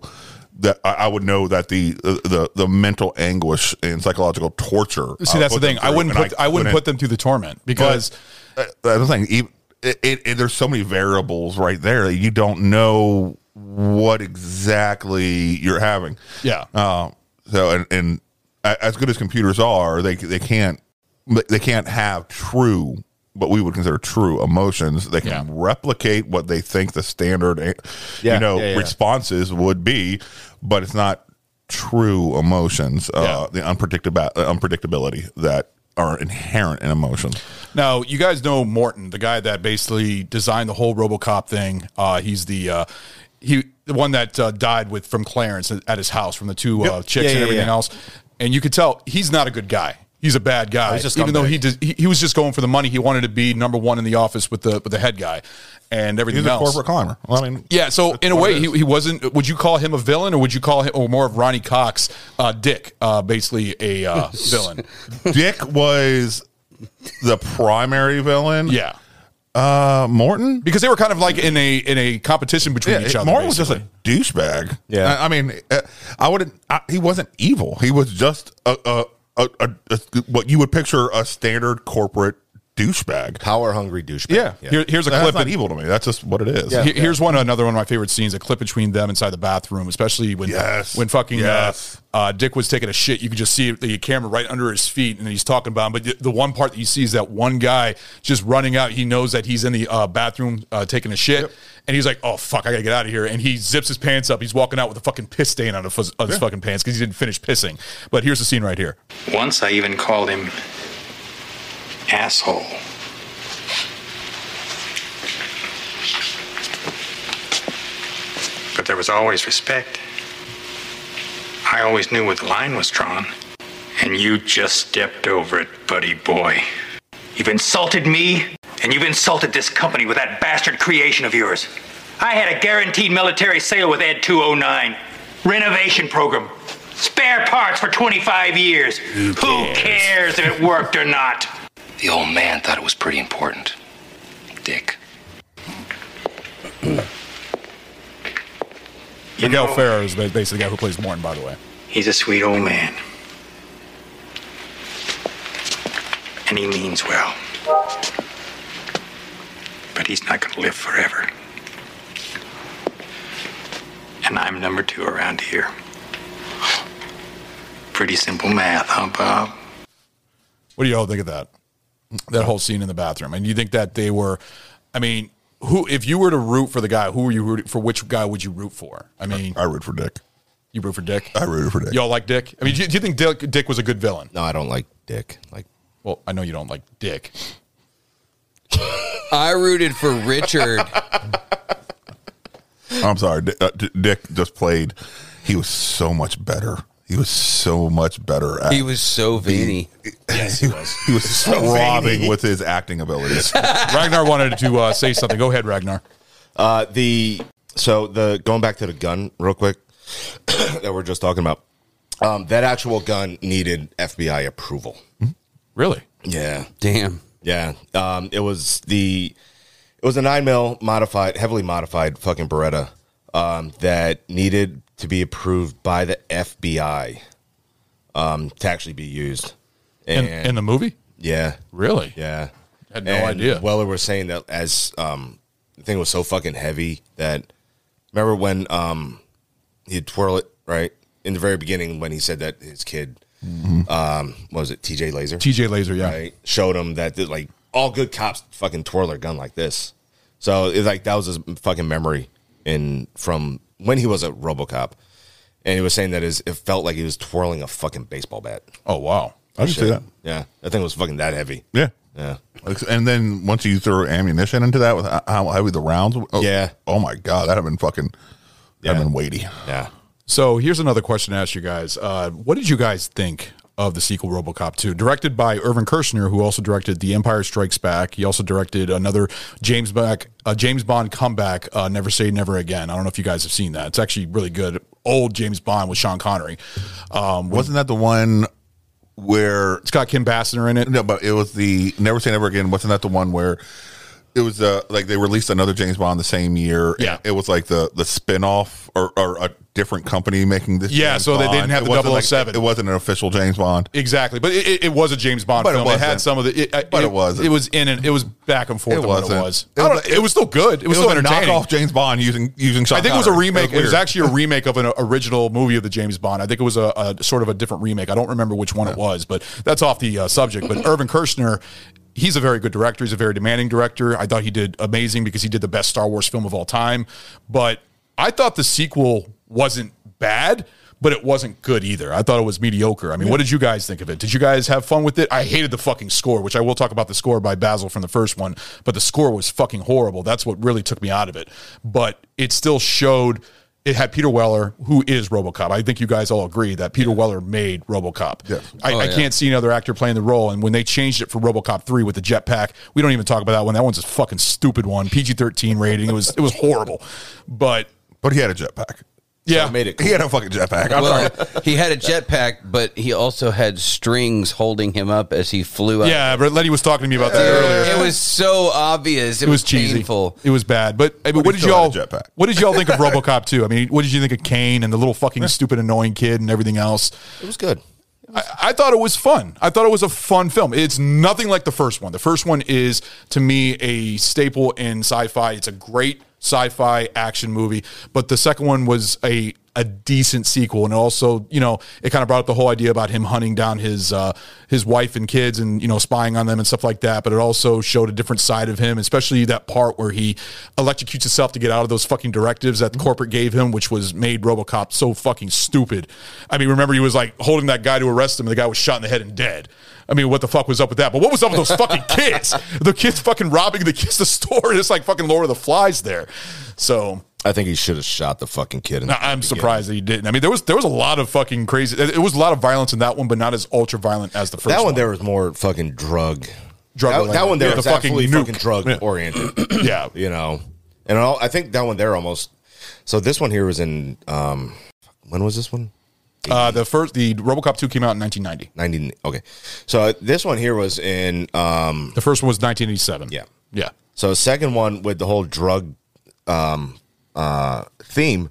J: that I, I would know that the, the the mental anguish and psychological torture. uh,
I: See, that's the thing. I wouldn't put I, wouldn't put them through the torment because
J: But, uh, that's the thing. Even, it, it, it- there's so many variables right there that you don't know what exactly you're having.
I: Yeah.
J: Uh, so and, and a- as good as computers are, they they can't they can't have true what we would consider true emotions. They can replicate what they think the standard eh,
M: Yeah,
J: you know
M: yeah, yeah.
J: responses would be, but it's not true emotions. Uh, The unpredictability unpredictability that are inherent in emotions.
I: Now, you guys know Morton, the guy that basically designed the whole RoboCop thing. Uh, he's the uh, he the one that uh, died with from Clarence at his house from the two uh,
M: Yep.
I: chicks
M: Yeah,
I: and
M: yeah,
I: everything
M: yeah.
I: else. And you could tell he's not a good guy. He's a bad guy.
M: he's a
I: Even though
M: scumbag.
I: he, did, he he was just going for the money, he wanted to be number one in the office with the with the head guy and everything
J: He's a
I: else.
J: corporate climber. Well, I mean,
I: Yeah, so in a
J: what it
I: way, he, he wasn't. Would you call him a villain, or would you call him, or more of Ronnie Cox, uh, Dick, uh, basically a uh, villain?
J: Dick was the primary villain.
I: Yeah,
J: Uh, Morton?
I: because they were kind of like in a in a competition between
J: Yeah,
I: each other.
J: Morton was just
I: basically.
J: a douchebag.
M: Yeah.
J: I, I mean, uh, I wouldn't. I, he wasn't evil. He was just a, a, a, a, a what you would picture a standard corporate douchebag.
M: power hungry douchebag.
J: Yeah.
I: Here- here's a
J: That's
I: clip
J: Not
I: in-
J: evil to me. That's just what it is.
I: Here- Here's one another one of my favorite scenes: a clip between them inside the bathroom, especially when
J: Yes.
I: when fucking
J: Yes.
I: uh, uh, Dick was taking a shit. You could just see the camera right under his feet, and he's talking about him. But the- the one part that you see is that one guy just running out. He knows that he's in the uh, bathroom uh, taking a shit, and he's like, "Oh fuck, I gotta get out of here!" And he zips his pants up. He's walking out with a fucking piss stain on, a fuzz- on his fucking pants because he didn't finish pissing. But here's the scene right here.
F: Once I even called him asshole. But there was always respect. I always knew where the line was drawn. And you just stepped over it, buddy boy.
G: You've insulted me, and you've insulted this company with that bastard creation of yours. I had a guaranteed military sale with Ed 209, renovation program, spare parts for 25 years. Who cares, if it worked or not?
N: The old man thought it was pretty important. Dick.
I: Miguel Ferrer is ba- basically the guy who plays Morton, by the way.
F: He's a sweet old man. And he means well. But he's not going to live forever. And I'm number two around here. Pretty simple math, huh, Bob?
I: What do you all think of that? That whole scene in the bathroom, and you think that they were, I mean, who if you were to root for the guy, who were you rooting for? Which guy would you root for? I mean,
J: I root for Dick.
I: you root for Dick.
J: I rooted for Dick.
I: Y'all like Dick? I mean, do you, do you think Dick, Dick was a good villain?
M: No, I don't like Dick. Like,
I: well, I know you don't like Dick.
Q: I rooted for Richard
J: I'm sorry, D- uh, D- Dick just played. He was so much better. He was so much better. At
Q: He was so veiny.
J: yes, he was. He was
Q: So
J: throbbing
Q: veiny.
J: with his acting abilities.
I: Ragnar wanted to uh, say something. Go ahead, Ragnar.
M: Uh, the so the going back to the gun real quick that we we're just talking about. Um, that actual gun needed FBI approval.
I: Really?
M: Yeah.
Q: Damn.
M: Yeah. Um, it was the it was a nine mil modified, heavily modified fucking Beretta um, that needed to be approved by the FBI um, to actually be used
I: In- in the movie.
M: Yeah.
I: Really?
M: Yeah.
I: Had no idea.
M: Weller was saying that as um, the thing was so fucking heavy that remember when um, he'd twirl it right in the very beginning when he said that his kid, um, what was it TJ Laser?
I: TJ Laser, yeah.
M: Right, showed him that that, like all good cops fucking twirl their gun like this. So it's like that was his fucking memory in from when he was a RoboCop, and he was saying that is it felt like he was twirling a fucking baseball bat.
I: Oh wow,
J: I can see that.
M: Yeah, that thing was fucking that heavy.
J: Yeah.
M: Yeah.
J: And then once you throw ammunition into that with uh, how heavy the rounds, oh,
M: Yeah.
J: Oh my god, that'd have been fucking, that'd have been weighty.
M: Yeah.
I: So here's another question to ask you guys. Uh, what did you guys think of the sequel RoboCop 2? Directed by Irvin Kershner, who also directed The Empire Strikes Back. He also directed another James back uh, James Bond comeback, uh, Never Say Never Again. I don't know if you guys have seen that. It's actually really good. Old James Bond with Sean Connery. Um,
J: Wasn't that the one where it's
I: got Kim Bassner in it?
J: No, but it was the Never Say Never Again. Wasn't that the one where it was uh, like they released another James Bond the same year? Yeah, it was like the the spinoff or or a different company making this.
I: Yeah,
J: James
I: so they didn't
J: Bond.
I: have
J: It
I: the
J: wasn't like-
I: 007.
J: it wasn't an official James Bond.
I: Exactly, but it, it- it was a James Bond
J: But it
I: film. It, had
J: wasn't.
I: some of the. It,
J: But it wasn't.
I: It was in and it was back and forth.
J: It
I: on what
J: wasn't.
I: It was. I don't know, It was, still good. It was, still
J: a
I: entertaining.
J: knockoff James Bond using using. Sean
I: I think it was a
J: Connery.
I: remake. It was,
J: weird.
I: actually a remake of an original movie of the James Bond. I think it was a, a sort of a different remake. I don't remember which one it was, but that's off the uh, subject. But Irvin Kershner, he's a very good director. He's a very demanding director. I thought he did amazing because he did the best Star Wars film of all time. But I thought the sequel wasn't bad. But it wasn't good either. I thought it was mediocre. I mean, what did you guys think of it? Did you guys have fun with it? I hated the fucking score, which I will talk about the score by Basil from the first one, but the score was fucking horrible. That's what really took me out of it. But it still showed it had Peter Weller, who is RoboCop. I think you guys all agree that Peter Weller made RoboCop. I,
J: Oh,
I: I
J: yeah.
I: can't see another actor playing the role. And when they changed it for RoboCop three with the jetpack, we don't even talk about that one. That one's a fucking stupid one. PG thirteen rating. It was it was horrible. But
J: but he had a jetpack.
I: Yeah,
J: made it. He had a fucking jetpack. I'm
Q: well,
J: sorry.
Q: he had a jetpack, but he also had strings holding him up as he flew out.
I: Yeah, but Letty was talking to me about that earlier.
Q: It was so obvious. It, was,
I: cheesy.
Q: painful.
I: It was bad. But I mean,
Q: But
I: what
Q: he
I: did
Q: still
I: y'all
Q: had a jetpack.
I: what did y'all think of RoboCop 2? I mean, what did you think of Kane and the little fucking stupid annoying kid and everything else?
M: It was good.
I: I, I thought it was fun. I thought it was a fun film. It's nothing like the first one. The first one is to me a staple in sci-fi. It's a great sci-fi action movie, but the second one was a a decent sequel and also, you know, it kind of brought up the whole idea about him hunting down his uh his wife and kids and, you know, spying on them and stuff like that, but it also showed a different side of him, especially that part where he electrocutes himself to get out of those fucking directives that the
M: Mm-hmm.
I: corporate gave him, which was made RoboCop so fucking stupid. I mean, remember he was like holding that guy to arrest him, and the guy was shot in the head and dead. I mean, what the fuck was up with that? But what was up with those fucking kids? The kids fucking robbing the kids the store. It's like fucking Lord of the Flies there. So
M: I think he should have shot the fucking kid. in
I: no,
M: the
I: I'm
M: beginning.
I: surprised that he didn't. I mean, there was there was a lot of fucking crazy. It it was a lot of violence in that one, but not as ultra violent as the first
M: that one,
I: one.
M: there was more fucking drug.
I: Drug
M: That, that
I: related.
M: one there
I: Yeah,
M: was
I: the fucking
M: absolutely
I: nuke.
M: fucking drug oriented.
I: yeah,
M: you know, and all, I think that one there almost. So this one here was in. um When was this one?
I: Uh, the first, the RoboCop two came out in 1990.
M: 90 okay so this one here was in um
I: the first one was 1987
M: yeah
I: yeah
M: so second one with the whole drug um uh theme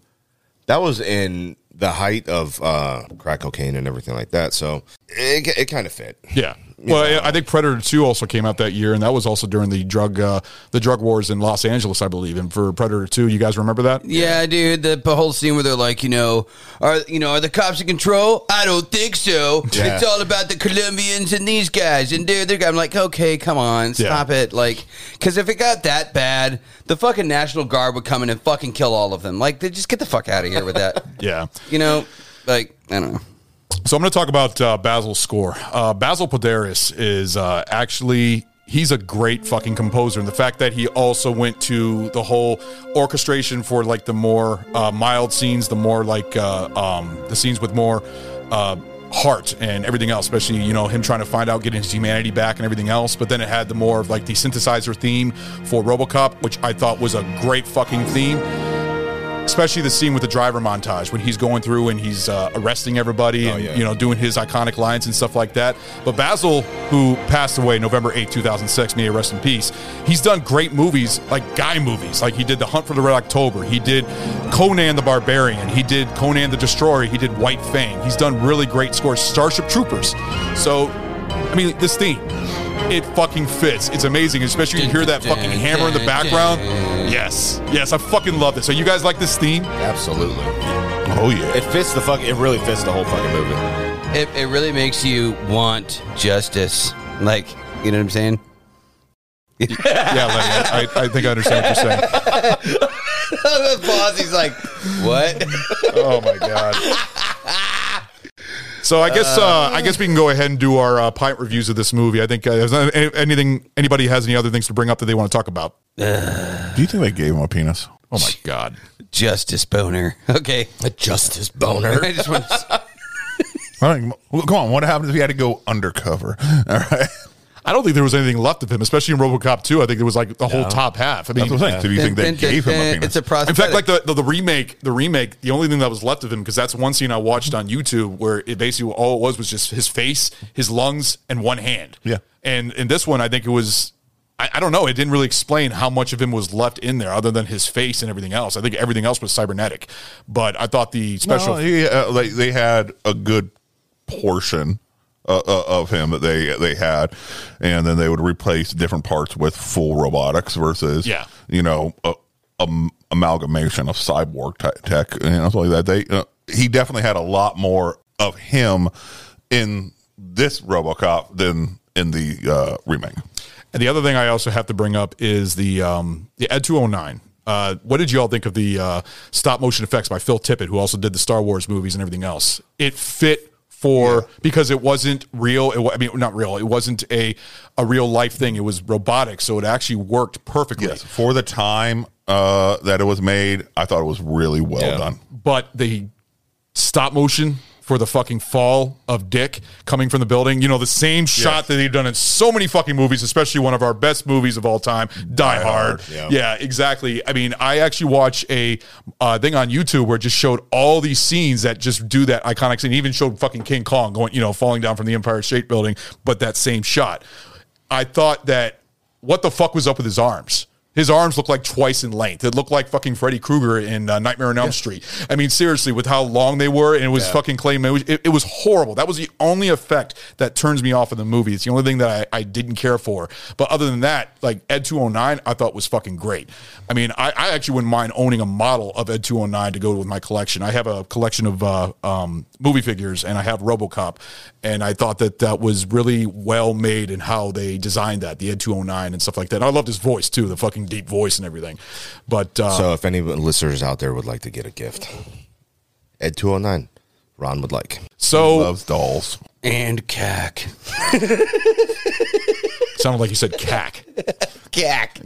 M: that was in the height of uh crack cocaine and everything like that so it, it kind of fit
I: Yeah. Well, I- I think Predator Two also came out that year, and that was also during the drug uh, the drug wars in Los Angeles, I believe. And for Predator Two, you guys remember that?
Q: Yeah, dude, the, the whole scene where they're like, you know, are you know, are the cops in control? I don't think so.
R: Yeah.
Q: It's all about the Colombians and these guys, and dude, they're, I'm like, okay, come on, stop it, like, because if it got that bad, the fucking National Guard would come in and fucking kill all of them. Like, they just get the fuck out of here with that.
I: Yeah.
Q: you know, like I don't know.
I: So I'm going to talk about uh, Basil's score. Uh, Basil Poderius is uh, actually he's a great fucking composer. And the fact that he also went to the whole orchestration for like the more uh, mild scenes, the more like uh, um, the scenes with more uh, heart and everything else, especially, you know, him trying to find out, getting his humanity back and everything else. But then it had the more of like the synthesizer theme for Robocop, which I thought was a great fucking theme especially the scene with the driver montage when he's going through and he's uh, arresting everybody and you know doing his iconic lines and stuff like that. But Basil, who passed away November 8, 2006, may he rest in peace. He's done great movies like guy movies, like he did The Hunt for the Red October, he did Conan the Barbarian, he did Conan the Destroyer, he did White Fang. He's done really great scores, Starship Troopers. So, I mean, this theme. It fucking fits. It's amazing, especially you hear that fucking hammer in the background. Yes, yes, I fucking love this. So you guys like this theme?
M: Absolutely. Oh
J: yeah.
M: It fits the fuck. It really fits the whole fucking movie.
Q: It, it really makes you want justice. Like, you know what I'm saying?
I: yeah, like, I, I think I understand what you're saying.
Q: the pause, he's like, what?
I: oh my god. So I guess uh, I guess we can go ahead and do our uh, pint reviews of this movie. I think uh, there's not any- anything anybody has any other things to bring up that they want to talk about.
J: Do you think they gave him a penis?
I: Oh my god.
Q: Justice boner. Okay.
J: A justice
Q: boner. I just want to
J: I don't, well, come on, what happens if he had to go undercover? All right.
I: I don't think there was anything left of him, especially in RoboCop 2. I think there was like the whole top half. I mean,
J: That's what I'm saying. So do you think they Dun, dun, gave him a dun, penis? it's a
I: In fact, like the, the, the remake, the remake, the only thing that was left of him because that's one scene I watched on YouTube where it basically all it was was just his face, his lungs, and one hand.
J: Yeah.
I: And in this one, I think it was. I, I don't know. It didn't really explain how much of him was left in there, other than his face and everything else. I think everything else was cybernetic, but I thought the special.
J: No, he, uh, like, they had a good portion uh, uh, of him that they they had, and then they would replace different parts with full robotics versus
I: Yeah.
J: you know, a, am- amalgamation of cyborg te- tech and stuff like that. They uh, he definitely had a lot more of him in this RoboCop than in the uh, remake.
I: And the other thing I also have to bring up is the um, the Ed 209. Uh, what did you all think of the uh, stop motion effects by Phil Tippett, who also did the Star Wars movies and everything else? It fit for because it wasn't real. It, wa- I mean, not real. It wasn't a a real life thing. It was robotic, so it actually worked perfectly.
J: Yes, for the time uh, that it was made, I thought it was really well
I: Yeah.
J: done.
I: But the stop motion for the fucking fall of Dick coming from the building, you know, the same shot that they've done in so many fucking movies, especially one of our best movies of all time, Die, Hard.
J: Hard, yeah.
I: Yeah, exactly. I mean, I actually watched a uh, thing on YouTube where it just showed all these scenes that just do that iconic scene, even showed fucking King Kong going, you know, falling down from the Empire State Building, but that same shot. I thought that what the fuck was up with his arms? His arms looked like twice in length. It looked like fucking Freddy Krueger in uh, Nightmare on Elm Street. I mean, seriously, with how long they were, and it was
J: Yeah.
I: fucking clay. It was, it, it was horrible. That was the only effect that turns me off of the movie. It's the only thing that I, I didn't care for. But other than that, like Ed 209, I thought was fucking great. I mean, I, I actually wouldn't mind owning a model of Ed 209 to go with my collection. I have a collection of uh, um, movie figures, and I have RoboCop, and I thought that that was really well made in how they designed that, the Ed 209 and stuff like that. And I loved his voice too, the fucking deep voice and everything. But uh,
M: so, if any listeners out there would like to get a gift, Ed two hundred nine, Ron would like.
I: So
J: loves dolls
Q: and cack.
I: sounded like you said cack.
Q: Cack.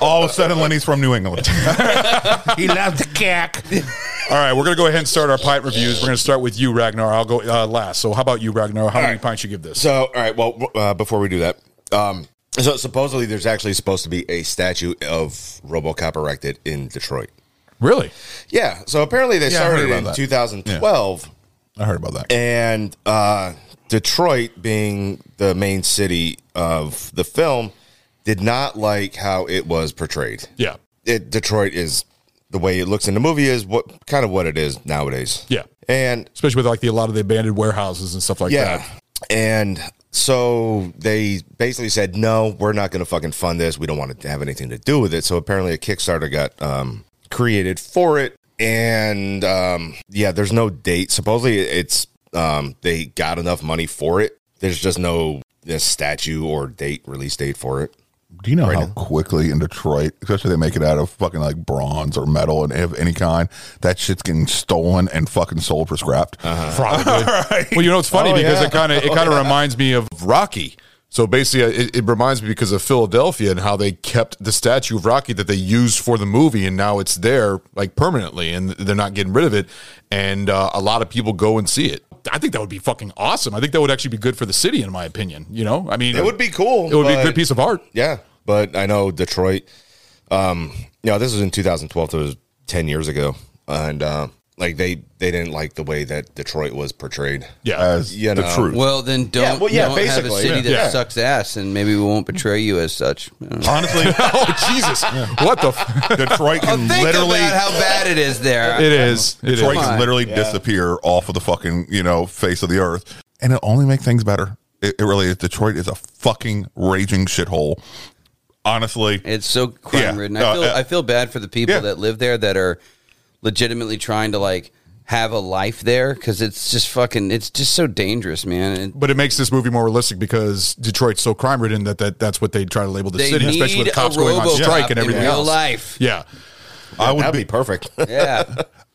J: All of a sudden, Lenny's from New England. he loves the cack.
I: All right, we're gonna go ahead and start our pint reviews. We're gonna start with you, Ragnar. I'll go uh, last. So, how about you, Ragnar? How many pints you give this?
M: So, all right. Well, w- uh, before we do that, um, so supposedly there's actually supposed to be a statue of RoboCop erected in Detroit.
I: Really?
M: Yeah. So apparently they
J: Yeah, I heard
M: started
J: about
M: in
J: that.
M: 2012.
J: I heard about that.
M: And uh, Detroit, being the main city of the film, did not like how it was portrayed.
I: Yeah.
M: It, Detroit is the way it looks in the movie is what kind of what it is nowadays.
I: Yeah,
M: and
I: especially with like the a lot of the abandoned warehouses and stuff like
M: yeah.
I: that.
M: And so they basically said, no, we're not going to fucking fund this. We don't want it to have anything to do with it. So apparently a Kickstarter got um, created for it. And um, yeah, there's no date. Supposedly it's um, they got enough money for it. There's just no this statue or date release date for it.
J: Do you know how quickly in Detroit, especially they make it out of fucking like bronze or metal and of any kind, that shit's getting stolen and fucking sold for scrapped.
I: Probably. Well, you know, it's funny
J: Oh,
I: because
J: yeah.
I: it kind of it
J: Oh,
I: kind of
J: yeah.
I: reminds me of Rocky. So basically, uh, it, it reminds me because of Philadelphia and how they kept the statue of Rocky that they used for the movie, and now it's there like permanently, and they're not getting rid of it. And uh, a lot of people go and see it. I think that would be fucking awesome. I think that would actually be good for the city, in my opinion. You know, I mean,
M: it would be cool.
I: It would be a
M: but-
I: good piece of art.
M: Yeah, but I know Detroit. Um, you know, this was in 2012. So it was 10 years ago, and uh, like they they didn't like the way that Detroit was portrayed.
I: Yeah,
M: as
Q: You know. Well, then don't,
M: Yeah, well, yeah,
Q: don't have a
M: basically.
Q: city that
M: Yeah.
Q: sucks ass, and maybe we won't betray you as such.
J: Honestly,
I: oh Jesus, what the f-
J: Detroit can
Q: think
J: literally
Q: about how bad it is there.
J: It is.
Q: It
J: Detroit
Q: is.
J: can literally
Q: Yeah.
J: disappear off of the fucking you know face of the earth, and it only make things better. It, it really is. Detroit is a fucking raging shithole. Honestly,
Q: it's so crime ridden. I feel I feel bad for the people that live there that are legitimately trying to like have a life there because it's just fucking it's just so dangerous, man. And
I: But it makes this movie more realistic because Detroit's so crime ridden that, that that's what they try to label the
Q: They
I: city, especially
Q: need
I: with cops
Q: a
I: going on
Q: RoboCop
I: strike
Q: in
I: and everything
Q: real
I: else.
Q: life.
I: Yeah.
J: I would
M: that'd be
J: be,
M: perfect. Uh,
Q: Yeah.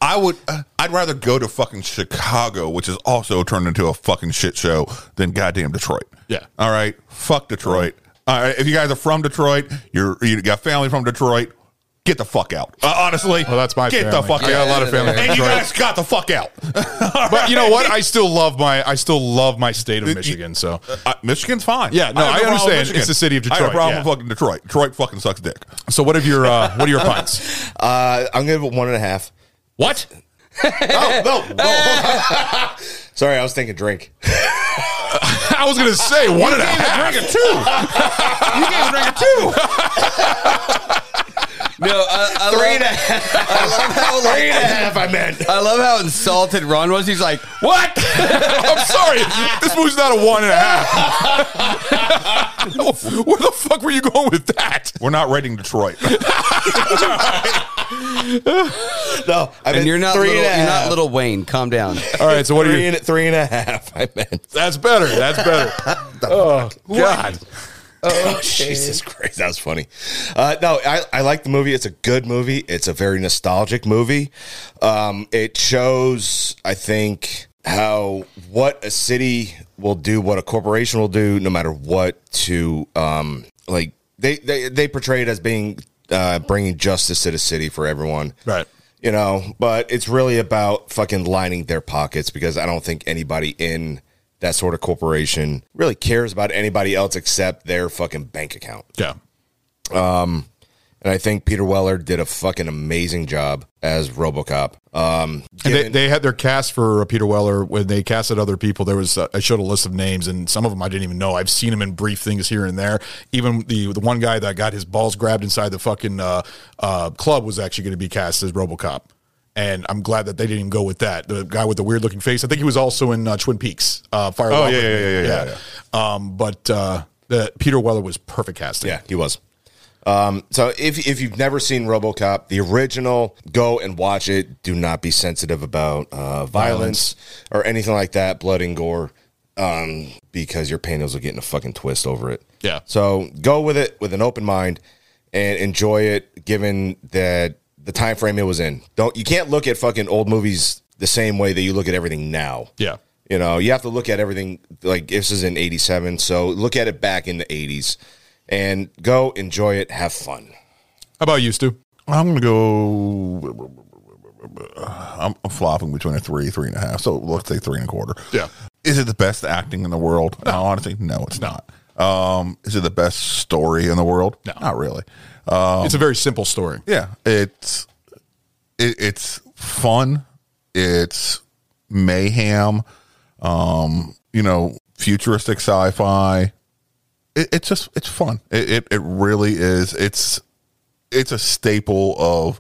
J: I would. uh, I'd rather go to fucking Chicago, which is also turned into a fucking shit show, than goddamn Detroit.
I: Yeah.
J: All right. Fuck Detroit. All right. If you guys are from Detroit, you're you got family from Detroit. Get the fuck out. Uh, honestly,
I: Well, that's my
J: get the
I: family.
J: fuck
I: I got
J: out.
I: a lot of family from
J: And you
I: Detroit.
J: guys got the fuck out.
I: But you know what? I still love my I still love my state of Michigan. So
J: Uh, Michigan's fine.
I: Yeah, no, I,
J: have problem with
I: understand.
J: Michigan.
I: It's the city of
J: I
I: Detroit.
J: have a problem
I: yeah.
J: with fucking Detroit. Detroit fucking sucks dick.
I: So what are your uh, what are your pints?
M: Uh, I'm gonna give it one and a half.
I: What?
M: oh no! no. Sorry, I was thinking drink.
I: I was gonna say one and a half.
J: Drink a two. you gave a drink a two.
Q: No, I, I love, I love how like,
M: I meant.
Q: I love how insulted Ron was. He's like, "What?
I: I'm sorry. This movie's not a one and a half. Where the fuck were you going with that?
J: We're not rating Detroit.
M: No, I
Q: and
M: meant
Q: you're not
M: three
Q: little,
M: and a
Q: you're
M: half.
Q: not little Wayne. Calm down."
I: All right. So what are
M: three,
I: you?
M: and, three and a half. I meant.
I: That's better. That's better. Oh God.
M: Oh, Jesus Christ, that was funny. Uh, no, I, I like the movie. It's a good movie. It's a very nostalgic movie. Um, it shows, I think, how what a city will do, what a corporation will do, no matter what. To um, like they they they portray it as being uh, bringing justice to the city for everyone,
I: Right.
M: you know, but it's really about fucking lining their pockets because I don't think anybody in that sort of corporation really cares about anybody else except their fucking bank account.
I: Yeah.
M: Um, and I think Peter Weller did a fucking amazing job as RoboCop. Um,
I: And they,
M: given-
I: they had their cast for uh, Peter Weller when they casted other people. There was uh, I showed a list of names, and some of them I didn't even know. I've seen him in brief things here and there. Even the the one guy that got his balls grabbed inside the fucking uh, uh, club was actually going to be cast as RoboCop, and I'm glad that they didn't even go with that. The guy with the weird looking face. I think he was also in uh, Twin Peaks. Uh, Fire.
J: Oh,
I: Walk
J: yeah,
I: with
J: yeah,
I: Me.
J: yeah, yeah, yeah,
I: Um, but uh, the, Peter Weller was perfect casting.
M: Yeah, he was. Um, so if if you've never seen RoboCop, the original, go and watch it. Do not be sensitive about uh, violence, or anything like that, blood and gore, um, because your panels will get in a fucking twist over it.
I: Yeah.
M: So go with it with an open mind and enjoy it, given that the time frame it was in. Don't you can't look at fucking old movies the same way that you look at everything now.
I: Yeah.
M: You know, you have to look at everything like this is in 87, so look at it back in the 80s and go enjoy it, have fun.
I: How about you, Stu?
J: I'm gonna go. I'm, I'm flopping between a three, three and a half. So let's say three and a quarter.
I: Yeah.
J: Is it the best acting in the world? No, honestly, no, it's not. Um, is it the best story in the world? No, not really. Um,
I: It's a very simple story.
J: yeah, it's it, it's fun. It's mayhem. Um, you know, futuristic sci-fi. It, it's just it's fun. It, it it really is. It's it's a staple of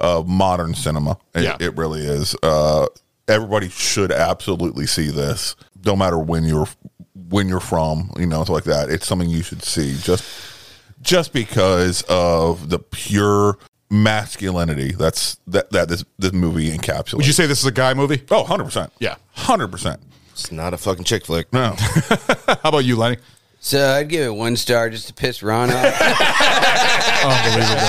J: uh, modern cinema. It,
I: Yeah.
J: it really is. Uh, everybody should absolutely see this. No matter when you're when you're from, you know, it's like that. It's something you should see. Just just because of the pure masculinity that's that that this this movie encapsulates.
I: Would you say this is a guy movie?
J: Oh, 100%.
I: Yeah. Oh.
J: 100%.
M: It's not a fucking chick flick.
J: No.
I: How about you, Lenny?
Q: So I'd give it one star just to piss Ron off.
I: Unbelievable.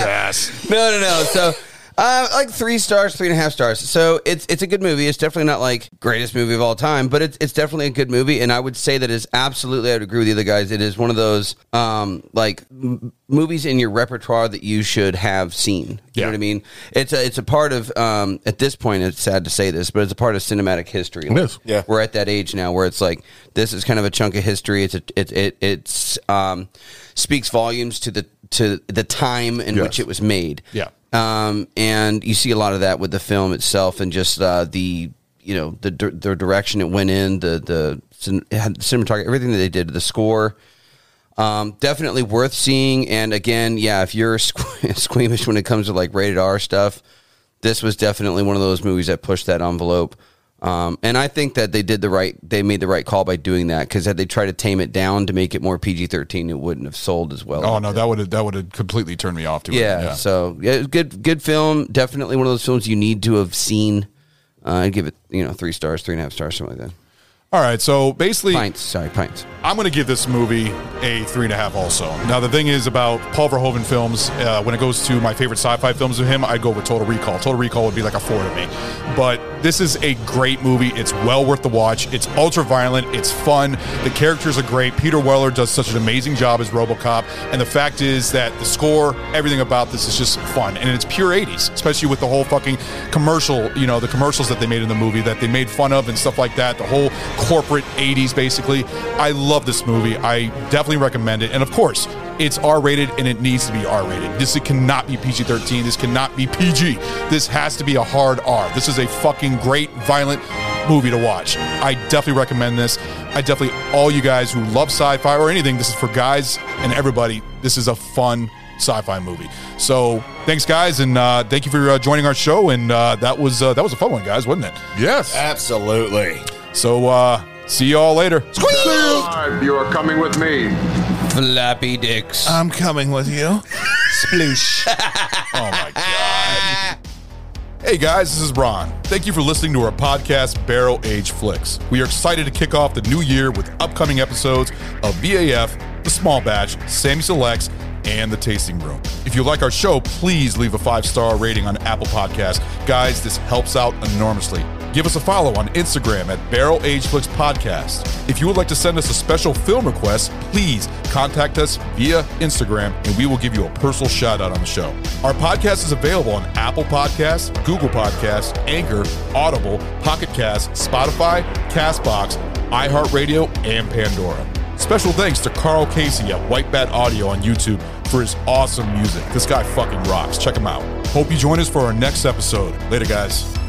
I: yes.
Q: No, no, no. So
H: Uh, like three stars, three and a half stars. So it's it's a good movie. It's definitely not like greatest movie of all time, but it's it's definitely a good movie. And I would say that is absolutely. I would agree with the other guys. It is one of those um, like m- movies in your repertoire that you should have seen. You know what I mean? It's a it's a part of um, at this point. It's sad to say this, but it's a part of cinematic history.
J: It is.
H: Yeah, we're at that age now where it's like this is kind of a chunk of history. It's a, it it it's um, speaks volumes to the to the time in which it was made.
I: Yeah.
H: Um, and you see a lot of that with the film itself, and just uh, the you know the dir- the direction it went in, the the cin- had cinematography, everything that they did, the score. Um, definitely worth seeing. And again, yeah, if you're sque- squeamish when it comes to like rated R stuff, this was definitely one of those movies that pushed that envelope. Um, and I think that they did the right, they made the right call by doing that because had they tried to tame it down to make it more PG 13, it wouldn't have sold as well.
I: Oh no, that would have that would have completely turned me off to
H: Yeah,
I: it.
H: so yeah, it's good good film. Definitely one of those films you need to have seen. Uh, I'd give it you know three stars, three and a half stars, something like that.
I: All right, so basically,
H: pints. Sorry, pints.
I: I'm going to give this movie a three and a half. Also, now the thing is about Paul Verhoeven films. Uh, when it goes to my favorite sci-fi films of him, I'd go with Total Recall. Total Recall would be like a four to me. But this is a great movie. It's well worth the watch. It's ultra violent. It's fun. The characters are great. Peter Weller does such an amazing job as RoboCop, and the fact is that the score, everything about this is just fun, and it's pure 80s, especially with the whole fucking commercial. You know, the commercials that they made in the movie that they made fun of and stuff like that. The whole corporate 80s, basically. I love this movie. I definitely recommend it. And of course, it's R rated and it needs to be R rated. This it cannot be PG 13. This cannot be PG. This has to be a hard R. This is a fucking great, violent movie to watch. I definitely recommend this. I definitely, all you guys who love sci fi or anything, this is for guys and everybody. This is a fun sci fi movie. So thanks, guys. And uh, thank you for uh, joining our show. And uh, that was uh, that was a fun one, guys, wasn't it?
J: Yes.
I: Absolutely. So uh, see you all later.
A: Five, you are coming with me.
H: Flappy dicks.
J: I'm coming with you. Sploosh.
I: oh my god. Hey guys, this is Ron. Thank you for listening to our podcast, Barrel Age Flicks. We are excited to kick off the new year with upcoming episodes of VAF, The Small Batch, Sammy Selects, and The Tasting Room. If you like our show, please leave a five star rating on Apple Podcasts. Guys, this helps out enormously. Give us a follow on Instagram at Barrel Age Flicks Podcast. If you would like to send us a special film request, please contact us via Instagram and we will give you a personal shout out on the show. Our podcast is available on Apple Podcasts, Google Podcasts, Anchor, Audible, Pocket Cast, Spotify, Castbox, iHeartRadio, and Pandora. Special thanks to Carl Casey at White Bat Audio on YouTube for his awesome music. This guy fucking rocks. Check him out. Hope you join us for our next episode. Later, guys.